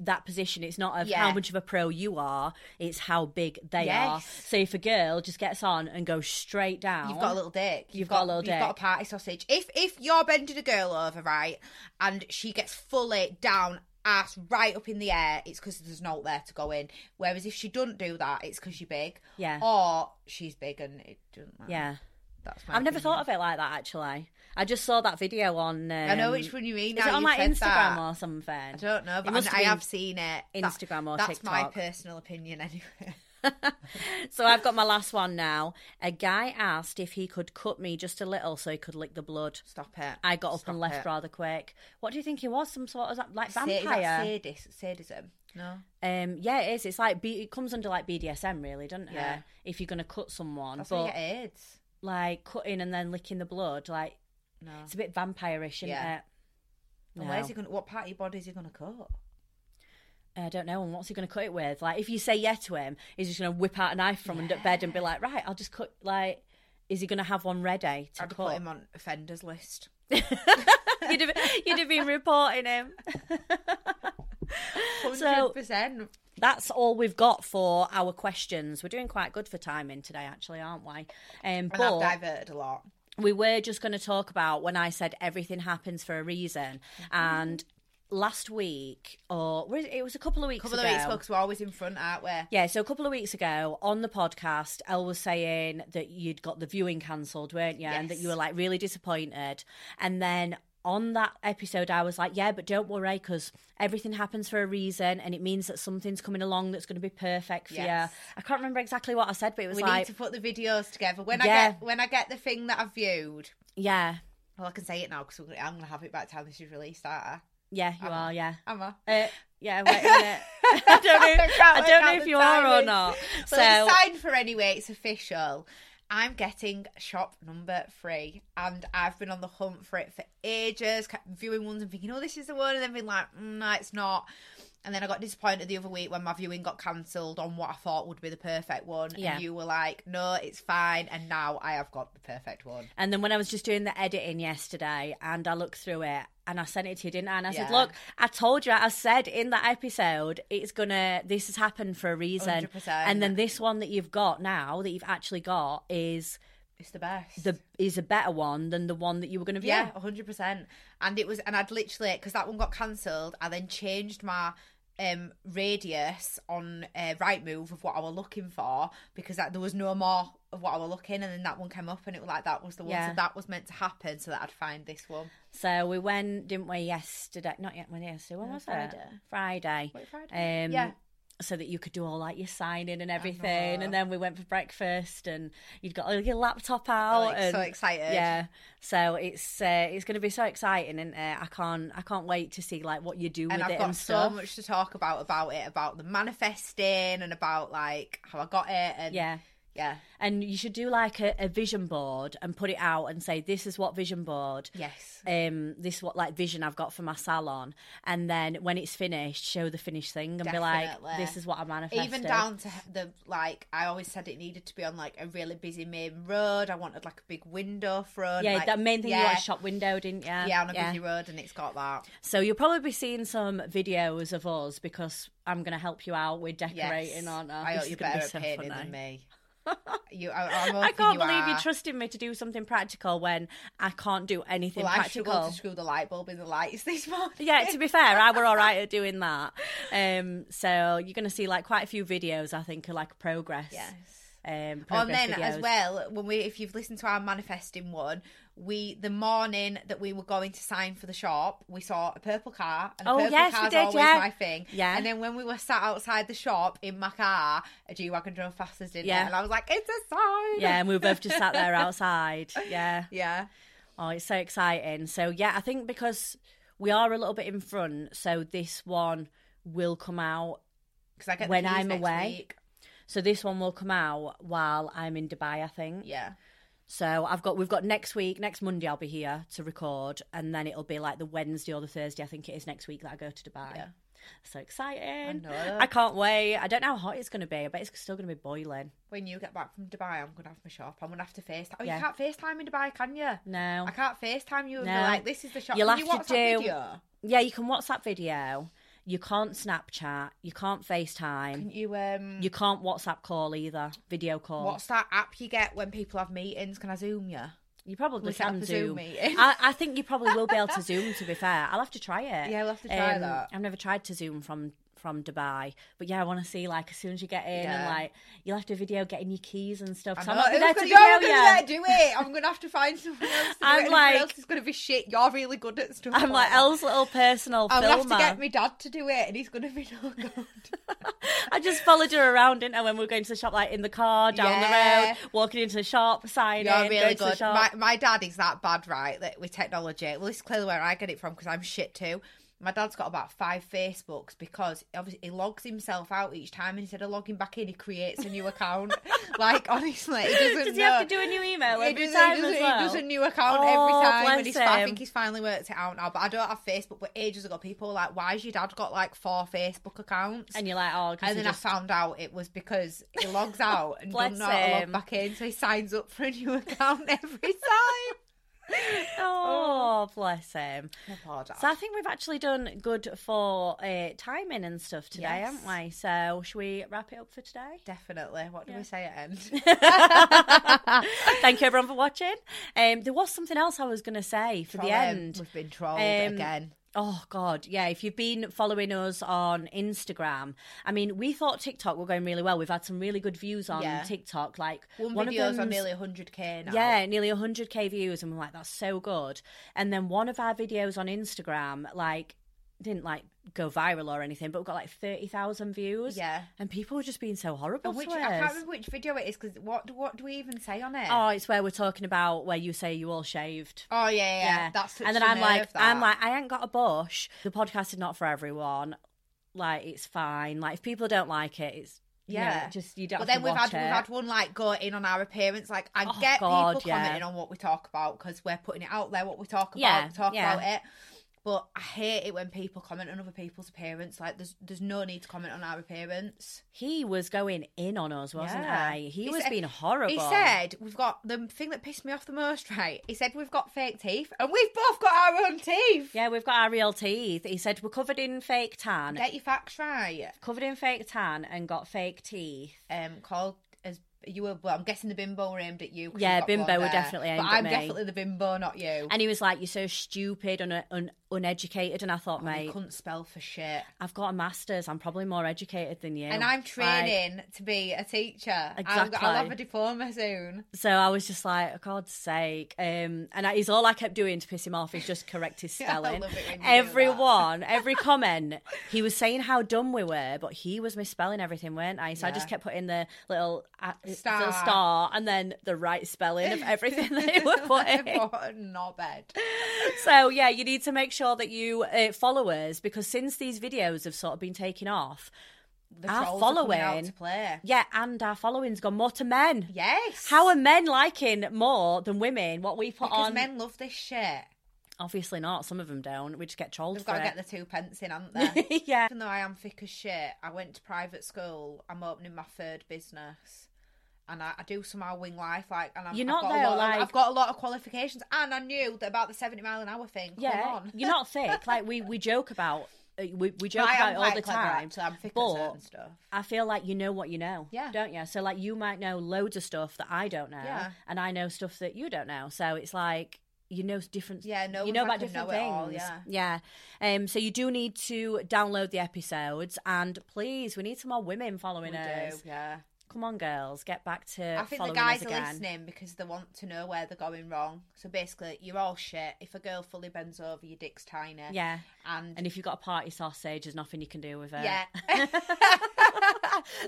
Speaker 1: that position, it's not of
Speaker 2: Yeah.
Speaker 1: how much of a pro you are; it's how big they are.
Speaker 2: Yes.
Speaker 1: So if a girl just gets on and goes straight down,
Speaker 2: You've got a little dick.
Speaker 1: You've got a little
Speaker 2: You've got a
Speaker 1: dick.
Speaker 2: party sausage. If if you're bending a girl over, right, and she gets fully down, ass right up in the air, it's because there's not there to go in. Whereas if she doesn't do that, it's because you're big.
Speaker 1: Yeah.
Speaker 2: Or she's big and it doesn't matter.
Speaker 1: yeah.
Speaker 2: That's my
Speaker 1: I've never thought of it like that actually. I just saw that video on. Um,
Speaker 2: I know which one you mean.
Speaker 1: Is
Speaker 2: now
Speaker 1: it on
Speaker 2: you've
Speaker 1: like
Speaker 2: said
Speaker 1: Instagram
Speaker 2: that.
Speaker 1: or something?
Speaker 2: I don't know, but
Speaker 1: must
Speaker 2: I, I
Speaker 1: have
Speaker 2: have
Speaker 1: been
Speaker 2: seen it.
Speaker 1: Instagram or
Speaker 2: that's my
Speaker 1: TikTok.
Speaker 2: personal opinion anyway.
Speaker 1: So I've got my last one now. A guy asked if he could cut me just a little so he could lick the blood.
Speaker 2: Stop it.
Speaker 1: I got up
Speaker 2: Stop
Speaker 1: and left
Speaker 2: it.
Speaker 1: rather quick. What do you think he was? Some sort of like
Speaker 2: Sa- is that
Speaker 1: vampire?
Speaker 2: sadis- sadism. No.
Speaker 1: Um, yeah, it is. It's like B- it comes under like BDSM, really, doesn't
Speaker 2: Yeah.
Speaker 1: it? If you're gonna cut someone,
Speaker 2: That's
Speaker 1: but
Speaker 2: how you get AIDS.
Speaker 1: like cutting and then licking the blood, like
Speaker 2: No.
Speaker 1: it's a bit vampirish, isn't
Speaker 2: Yeah.
Speaker 1: it?
Speaker 2: And
Speaker 1: No.
Speaker 2: where's he going? to What part of your body is he going to cut?
Speaker 1: I don't know. And what's he going to cut it with? Like, if you say yeah to him, he's just going to whip out a knife from under bed and be like, right, I'll just cut. Like, is he going to have one ready to
Speaker 2: I'd
Speaker 1: cut?
Speaker 2: put him on offenders list.
Speaker 1: you'd, have, you'd have been reporting him.
Speaker 2: Hundred
Speaker 1: So-
Speaker 2: percent.
Speaker 1: That's all we've got for our questions. We're doing quite good for timing today, actually, aren't we? Um,
Speaker 2: And I've
Speaker 1: but
Speaker 2: diverted a lot.
Speaker 1: we were just going to talk about when I said everything happens for a reason.
Speaker 2: Mm-hmm.
Speaker 1: And last week, or was it it was a couple of weeks
Speaker 2: Couple
Speaker 1: ago.
Speaker 2: of weeks because we're always in front, aren't we?
Speaker 1: Yeah, so a couple of weeks ago on the podcast, Elle was saying that you'd got the viewing cancelled, weren't you? And that
Speaker 2: Yes.
Speaker 1: you were like really disappointed. And then on that episode, I was like, yeah, but don't worry because everything happens for a reason and it means that something's coming along that's going to be perfect for
Speaker 2: Yes.
Speaker 1: you. I can't remember exactly what I said, but it was
Speaker 2: We
Speaker 1: like,
Speaker 2: need to put the videos together. When I
Speaker 1: Yeah.
Speaker 2: get when I get the thing that I've viewed,
Speaker 1: yeah,
Speaker 2: well, I can say it now because I'm going to have it by the time this is released, aren't
Speaker 1: yeah,
Speaker 2: Uh-huh.
Speaker 1: you are, yeah.
Speaker 2: I? Am I?
Speaker 1: Uh, yeah, wait a minute. I don't know,
Speaker 2: I can't
Speaker 1: I
Speaker 2: work
Speaker 1: don't
Speaker 2: out
Speaker 1: know if
Speaker 2: the
Speaker 1: you are or
Speaker 2: timing.
Speaker 1: not.
Speaker 2: So
Speaker 1: So,
Speaker 2: it's signed for anyway. It's official. I'm getting shop number three, and I've been on the hunt for it for ages, kept viewing ones and thinking, "Oh, this is the one," and then being like, mm, "No, it's not." And then I got disappointed the other week when my viewing got cancelled on what I thought would be the perfect one.
Speaker 1: Yeah.
Speaker 2: And you were like, "No, it's fine," and now I have got the perfect one.
Speaker 1: And then when I was just doing the editing yesterday and I looked through it and I sent it to you, didn't I? And I said,
Speaker 2: Yeah.
Speaker 1: Look, I told you, I said in that episode, it's gonna, this has happened for a reason.
Speaker 2: 100%.
Speaker 1: And then this one that you've got now, that you've actually got, is
Speaker 2: It's the best.
Speaker 1: the is a better one than the one that you were gonna view.
Speaker 2: Yeah, hundred percent. And it was, and I'd literally because that one got cancelled. I then changed my um radius on uh, right move of what I were looking for because that, there was no more of what I were looking, and then that one came up, and it was like that was the one.
Speaker 1: Yeah.
Speaker 2: So that was meant to happen, so that I'd find this one.
Speaker 1: So we went, didn't we, yesterday? Not yet, when yesterday. When was
Speaker 2: Friday.
Speaker 1: it? Friday.
Speaker 2: Wait, Friday?
Speaker 1: Um,
Speaker 2: Yeah.
Speaker 1: So that you could do all like your signing and everything, and then we went for breakfast, and you'd got all your laptop out.
Speaker 2: Like, so
Speaker 1: Oh, and-
Speaker 2: excited.
Speaker 1: Yeah. So it's uh, it's going to be so exciting, and uh, I can't I can't wait to see like what you do
Speaker 2: And
Speaker 1: with
Speaker 2: I've
Speaker 1: it
Speaker 2: got
Speaker 1: and
Speaker 2: so
Speaker 1: stuff.
Speaker 2: much to talk about about it, about the manifesting, and about like how I got it, and
Speaker 1: Yeah.
Speaker 2: yeah,
Speaker 1: And you should do like a, a vision board and put it out and say this is what vision board.
Speaker 2: yes,
Speaker 1: Um, this is what like vision I've got for my salon, and then when it's finished, show the finished thing and be
Speaker 2: Definitely.
Speaker 1: like, "This is what I manifested."
Speaker 2: even down to the like i always said it needed to be on like a really busy main road i wanted like a big window front
Speaker 1: yeah,
Speaker 2: like,
Speaker 1: that main thing you
Speaker 2: yeah,
Speaker 1: had a shop window, didn't you?
Speaker 2: yeah on a busy road and it's got that
Speaker 1: So you'll probably be seeing some videos of us because I'm going to help you out with
Speaker 2: yes
Speaker 1: decorating, aren't I?
Speaker 2: i
Speaker 1: uh, This
Speaker 2: hope
Speaker 1: is
Speaker 2: you're
Speaker 1: gonna be
Speaker 2: better
Speaker 1: so
Speaker 2: at painting
Speaker 1: funny.
Speaker 2: than me You, I, I'm
Speaker 1: I
Speaker 2: hoping
Speaker 1: can't
Speaker 2: you
Speaker 1: believe
Speaker 2: are.
Speaker 1: you're trusting me to do something practical when I can't do anything
Speaker 2: Well, I
Speaker 1: practical.
Speaker 2: struggled to screw the light bulb in the lights this morning.
Speaker 1: Yeah, to be fair, I were all right at doing that. Um, so you're going to see like quite a few videos, I think, of like progress.
Speaker 2: Yes.
Speaker 1: Um,
Speaker 2: Oh, and
Speaker 1: progress
Speaker 2: then as
Speaker 1: videos.
Speaker 2: well, when we if you've listened to our manifesting one, we the morning that we were going to sign for the shop, we saw a purple car. And a
Speaker 1: Oh,
Speaker 2: purple
Speaker 1: yes, we
Speaker 2: car's
Speaker 1: did,
Speaker 2: always
Speaker 1: yeah.
Speaker 2: my thing.
Speaker 1: Yeah.
Speaker 2: And then when we were sat outside the shop in my car, a G Wagon drove fast as did
Speaker 1: Yeah.
Speaker 2: and I was like, It's a sign
Speaker 1: Yeah, and we were both just sat there outside. Yeah.
Speaker 2: Yeah.
Speaker 1: Oh, it's so exciting. So yeah, I think because we are a little bit in front, so this one will come out.
Speaker 2: Because I get the
Speaker 1: When
Speaker 2: keys
Speaker 1: I'm
Speaker 2: next
Speaker 1: away.
Speaker 2: week.
Speaker 1: So this one will come out while I'm in Dubai, I think.
Speaker 2: Yeah.
Speaker 1: So I've got we've got next week, next Monday I'll be here to record, and then it'll be like the Wednesday or the Thursday I think it is next week that I go to Dubai.
Speaker 2: Yeah.
Speaker 1: So exciting!
Speaker 2: know.
Speaker 1: I can't wait. I don't know how hot it's going to be. I bet it's still going to be boiling.
Speaker 2: When you get back from Dubai, I'm gonna have my shop. I'm gonna have to FaceTime. Oh,
Speaker 1: Yeah.
Speaker 2: you can't FaceTime in Dubai, can you?
Speaker 1: No.
Speaker 2: I can't FaceTime you and
Speaker 1: No.
Speaker 2: be like, This is the shop.
Speaker 1: You'll
Speaker 2: Can
Speaker 1: have
Speaker 2: you
Speaker 1: to
Speaker 2: WhatsApp
Speaker 1: do-
Speaker 2: video?
Speaker 1: Yeah, you can WhatsApp video. You can't Snapchat. You can't FaceTime.
Speaker 2: Can you um
Speaker 1: You can't WhatsApp call either. Video call.
Speaker 2: What's that app you get when people have meetings? Can I zoom you?
Speaker 1: You probably
Speaker 2: We set up
Speaker 1: can
Speaker 2: a Zoom
Speaker 1: Zoom.
Speaker 2: meeting.
Speaker 1: I, I think you probably will be able to Zoom. To be fair, I'll have to try it. Um,
Speaker 2: Yeah, we'll have to try that.
Speaker 1: I've never tried to Zoom from from Dubai, but yeah, I want to see like as soon as you get in and
Speaker 2: Yeah.
Speaker 1: like you'll have to video getting your keys and stuff. So I'm not there
Speaker 2: Who's
Speaker 1: to
Speaker 2: gonna-
Speaker 1: video
Speaker 2: you're
Speaker 1: you.
Speaker 2: "Oh, gonna let- do it. I'm gonna have to find someone else. To do
Speaker 1: I'm
Speaker 2: it.
Speaker 1: like-
Speaker 2: like, else is gonna be shit. You're really good at stuff.
Speaker 1: I'm like
Speaker 2: that.
Speaker 1: Elle's little personal
Speaker 2: I'm gonna have
Speaker 1: filmer.
Speaker 2: to get my dad to do it, and he's gonna be no good.
Speaker 1: I just followed her around, didn't I? When we were going to the shop, like in the car, down the
Speaker 2: Yeah.
Speaker 1: road, walking into the shop, signing,
Speaker 2: You're really
Speaker 1: going to the
Speaker 2: good.
Speaker 1: shop.
Speaker 2: My, my dad is that bad, right? That with technology. Well, this is clearly where I get it from because I'm shit too. My dad's got about five Facebooks because obviously he logs himself out each time, and instead of logging back in, he creates a new account. like honestly, he doesn't.
Speaker 1: Does he
Speaker 2: know.
Speaker 1: have to do a new email
Speaker 2: He
Speaker 1: every
Speaker 2: does,
Speaker 1: time
Speaker 2: he, does,
Speaker 1: as
Speaker 2: he
Speaker 1: well?
Speaker 2: does a new account
Speaker 1: Oh,
Speaker 2: every time,
Speaker 1: bless
Speaker 2: and he's, I
Speaker 1: him.
Speaker 2: think he's finally worked it out now. But I don't have Facebook. But ages ago, people were like, "Why's your dad got like four Facebook accounts?"
Speaker 1: and you're like, oh, 'cause
Speaker 2: And
Speaker 1: he
Speaker 2: then
Speaker 1: just
Speaker 2: I found out it was because he logs out and
Speaker 1: Bless
Speaker 2: doesn't know how to
Speaker 1: him.
Speaker 2: log back in, so he signs up for a new account every time.
Speaker 1: Oh, bless him.
Speaker 2: My poor dad.
Speaker 1: So I think we've actually done good for uh, timing and stuff today,
Speaker 2: Yes.
Speaker 1: haven't we? So should we wrap it up for today?
Speaker 2: Definitely. What do
Speaker 1: Yeah.
Speaker 2: we say at end?
Speaker 1: Thank you everyone for watching. Um, there was something else I was going to say for
Speaker 2: Troll
Speaker 1: the
Speaker 2: him.
Speaker 1: end.
Speaker 2: We've been trolled
Speaker 1: Um,
Speaker 2: again.
Speaker 1: Oh God, yeah. If you've been following us on Instagram, I mean, we thought TikTok were going really well. We've had some really good views on
Speaker 2: Yeah.
Speaker 1: TikTok. Like
Speaker 2: One,
Speaker 1: one
Speaker 2: video's
Speaker 1: of
Speaker 2: on
Speaker 1: them's-
Speaker 2: nearly 100k now.
Speaker 1: Yeah, nearly 100k views, and we're like, that's so good. And then one of our videos on Instagram, like, didn't like go viral or anything, but we got like 30,000 views.
Speaker 2: Yeah.
Speaker 1: and people were just being so horrible
Speaker 2: And Which
Speaker 1: to
Speaker 2: I can't
Speaker 1: us.
Speaker 2: remember which video it is because what what do we even say on it?
Speaker 1: Oh, it's where we're talking about where you say you all shaved.
Speaker 2: Oh, yeah, yeah, yeah. That's such
Speaker 1: and then
Speaker 2: a
Speaker 1: I'm
Speaker 2: nerve,
Speaker 1: like,
Speaker 2: that.
Speaker 1: I'm like, I ain't got a bush. The podcast is not for everyone. Like, it's fine. Like, if people don't like it, it's yeah,
Speaker 2: Yeah.
Speaker 1: just you don't.
Speaker 2: But
Speaker 1: have
Speaker 2: then
Speaker 1: to
Speaker 2: we've had
Speaker 1: watch
Speaker 2: we've
Speaker 1: it.
Speaker 2: had one like go in on our appearance. Like I
Speaker 1: Oh,
Speaker 2: get
Speaker 1: God,
Speaker 2: people
Speaker 1: yeah.
Speaker 2: commenting on what we talk about because we're putting it out there. What we talk about,
Speaker 1: Yeah,
Speaker 2: we talk
Speaker 1: yeah.
Speaker 2: about it. But I hate it when people comment on other people's appearance. Like there's there's no need to comment on our appearance.
Speaker 1: He was going in on us, wasn't
Speaker 2: Yeah.
Speaker 1: he? He
Speaker 2: He
Speaker 1: was
Speaker 2: said-
Speaker 1: being horrible.
Speaker 2: He said we've got the thing that pissed me off the most. Right? He said we've got fake teeth, and we've both got our own teeth.
Speaker 1: Yeah, we've got our real teeth. He said we're covered in fake tan,
Speaker 2: Get your facts right.
Speaker 1: covered in fake tan, and got fake teeth.
Speaker 2: um called as you were well, I'm guessing the bimbo were aimed at you 'cause
Speaker 1: Yeah,
Speaker 2: you've got
Speaker 1: bimbo
Speaker 2: blonde
Speaker 1: were
Speaker 2: hair.
Speaker 1: definitely
Speaker 2: but
Speaker 1: aimed at
Speaker 2: I'm
Speaker 1: me.
Speaker 2: definitely the bimbo not you
Speaker 1: And he was like, "You're so stupid and un- un- uneducated." And I thought,
Speaker 2: I
Speaker 1: mate,
Speaker 2: couldn't spell for shit
Speaker 1: I've got a master's. I'm probably more educated than you.
Speaker 2: and I'm
Speaker 1: Like,
Speaker 2: training to be a teacher I'm,
Speaker 1: Exactly.
Speaker 2: I'll have a diploma soon
Speaker 1: so I was just like, oh, God's sake. Um, and I, he's all I kept doing to piss him off is just correct his
Speaker 2: Yeah, I love
Speaker 1: spelling.
Speaker 2: it when you do that.
Speaker 1: Everyone, every comment, he was saying how dumb we were, but he was misspelling everything, weren't I? So I just
Speaker 2: Yeah.
Speaker 1: kept putting the little, uh,
Speaker 2: Star.
Speaker 1: little star and then the right spelling of everything that he were putting.
Speaker 2: But not bad
Speaker 1: So yeah, you need to make sure that you uh, follow us because since these videos have sort of been taken off,
Speaker 2: the
Speaker 1: Our
Speaker 2: trolls are coming out
Speaker 1: following-
Speaker 2: to play
Speaker 1: yeah, and our following's gone more to men.
Speaker 2: yes
Speaker 1: How are men liking more than women what we put
Speaker 2: because
Speaker 1: on?
Speaker 2: men love this shit
Speaker 1: Obviously not. Some of them don't. We just get trolled
Speaker 2: they've
Speaker 1: for
Speaker 2: got to
Speaker 1: it.
Speaker 2: get the two pence in haven't they
Speaker 1: yeah.
Speaker 2: Even though I am thick as shit, I went to private school. I'm opening my third business, and I, I do somehow wing life. Like, and I'm,
Speaker 1: You're
Speaker 2: I've
Speaker 1: not
Speaker 2: got
Speaker 1: though,
Speaker 2: a lot
Speaker 1: like-
Speaker 2: Of, I've got a lot of qualifications, and I knew that about the 70 mile an hour thing. Come
Speaker 1: Yeah.
Speaker 2: on,
Speaker 1: You're not thick. Like we we joke about uh, we, we joke
Speaker 2: I
Speaker 1: about
Speaker 2: am
Speaker 1: it all
Speaker 2: quite
Speaker 1: the
Speaker 2: clever at-
Speaker 1: time.
Speaker 2: so I'm thick at
Speaker 1: but
Speaker 2: certain stuff.
Speaker 1: I feel like you know what you know,
Speaker 2: Yeah.
Speaker 1: don't you? So like you might know loads of stuff that I don't know,
Speaker 2: Yeah.
Speaker 1: and I know stuff that you don't know. So it's like you know different.
Speaker 2: Yeah, no
Speaker 1: you
Speaker 2: one's
Speaker 1: know
Speaker 2: like
Speaker 1: about
Speaker 2: a
Speaker 1: different
Speaker 2: know-it-all,
Speaker 1: things.
Speaker 2: yeah.
Speaker 1: yeah. Um, so you do need to download the episodes, and please, we need some more women following
Speaker 2: We
Speaker 1: us.
Speaker 2: do, yeah.
Speaker 1: Come on, girls, get back to.
Speaker 2: I think the
Speaker 1: following
Speaker 2: guys
Speaker 1: us
Speaker 2: are
Speaker 1: again.
Speaker 2: listening because they want to know where they're going wrong. So basically, you're all shit. If a girl fully bends over, your dick's tiny.
Speaker 1: Yeah.
Speaker 2: And,
Speaker 1: And if you've got a party sausage, there's nothing you can do with it.
Speaker 2: yeah.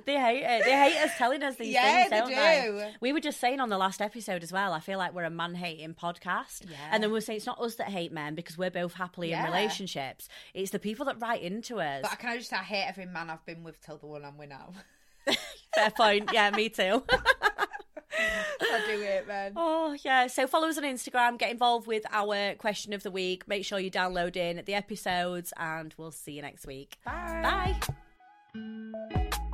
Speaker 1: They hate it. They hate us telling us these
Speaker 2: Yeah,
Speaker 1: things,
Speaker 2: they
Speaker 1: don't
Speaker 2: do.
Speaker 1: We were just saying on the last episode as well, I feel like we're a man hating podcast.
Speaker 2: Yeah.
Speaker 1: And then we were saying it's not us that hate men because we're both happily
Speaker 2: Yeah.
Speaker 1: in relationships. It's the people that write into us.
Speaker 2: but can I just say, I hate every man I've been with till the one I'm with now.
Speaker 1: Fair point. Yeah, me too.
Speaker 2: I do it, man.
Speaker 1: Oh, yeah. So follow us on Instagram, get involved with our question of the week. Make sure you download in the episodes, and we'll see you next week.
Speaker 2: Bye.
Speaker 1: Bye.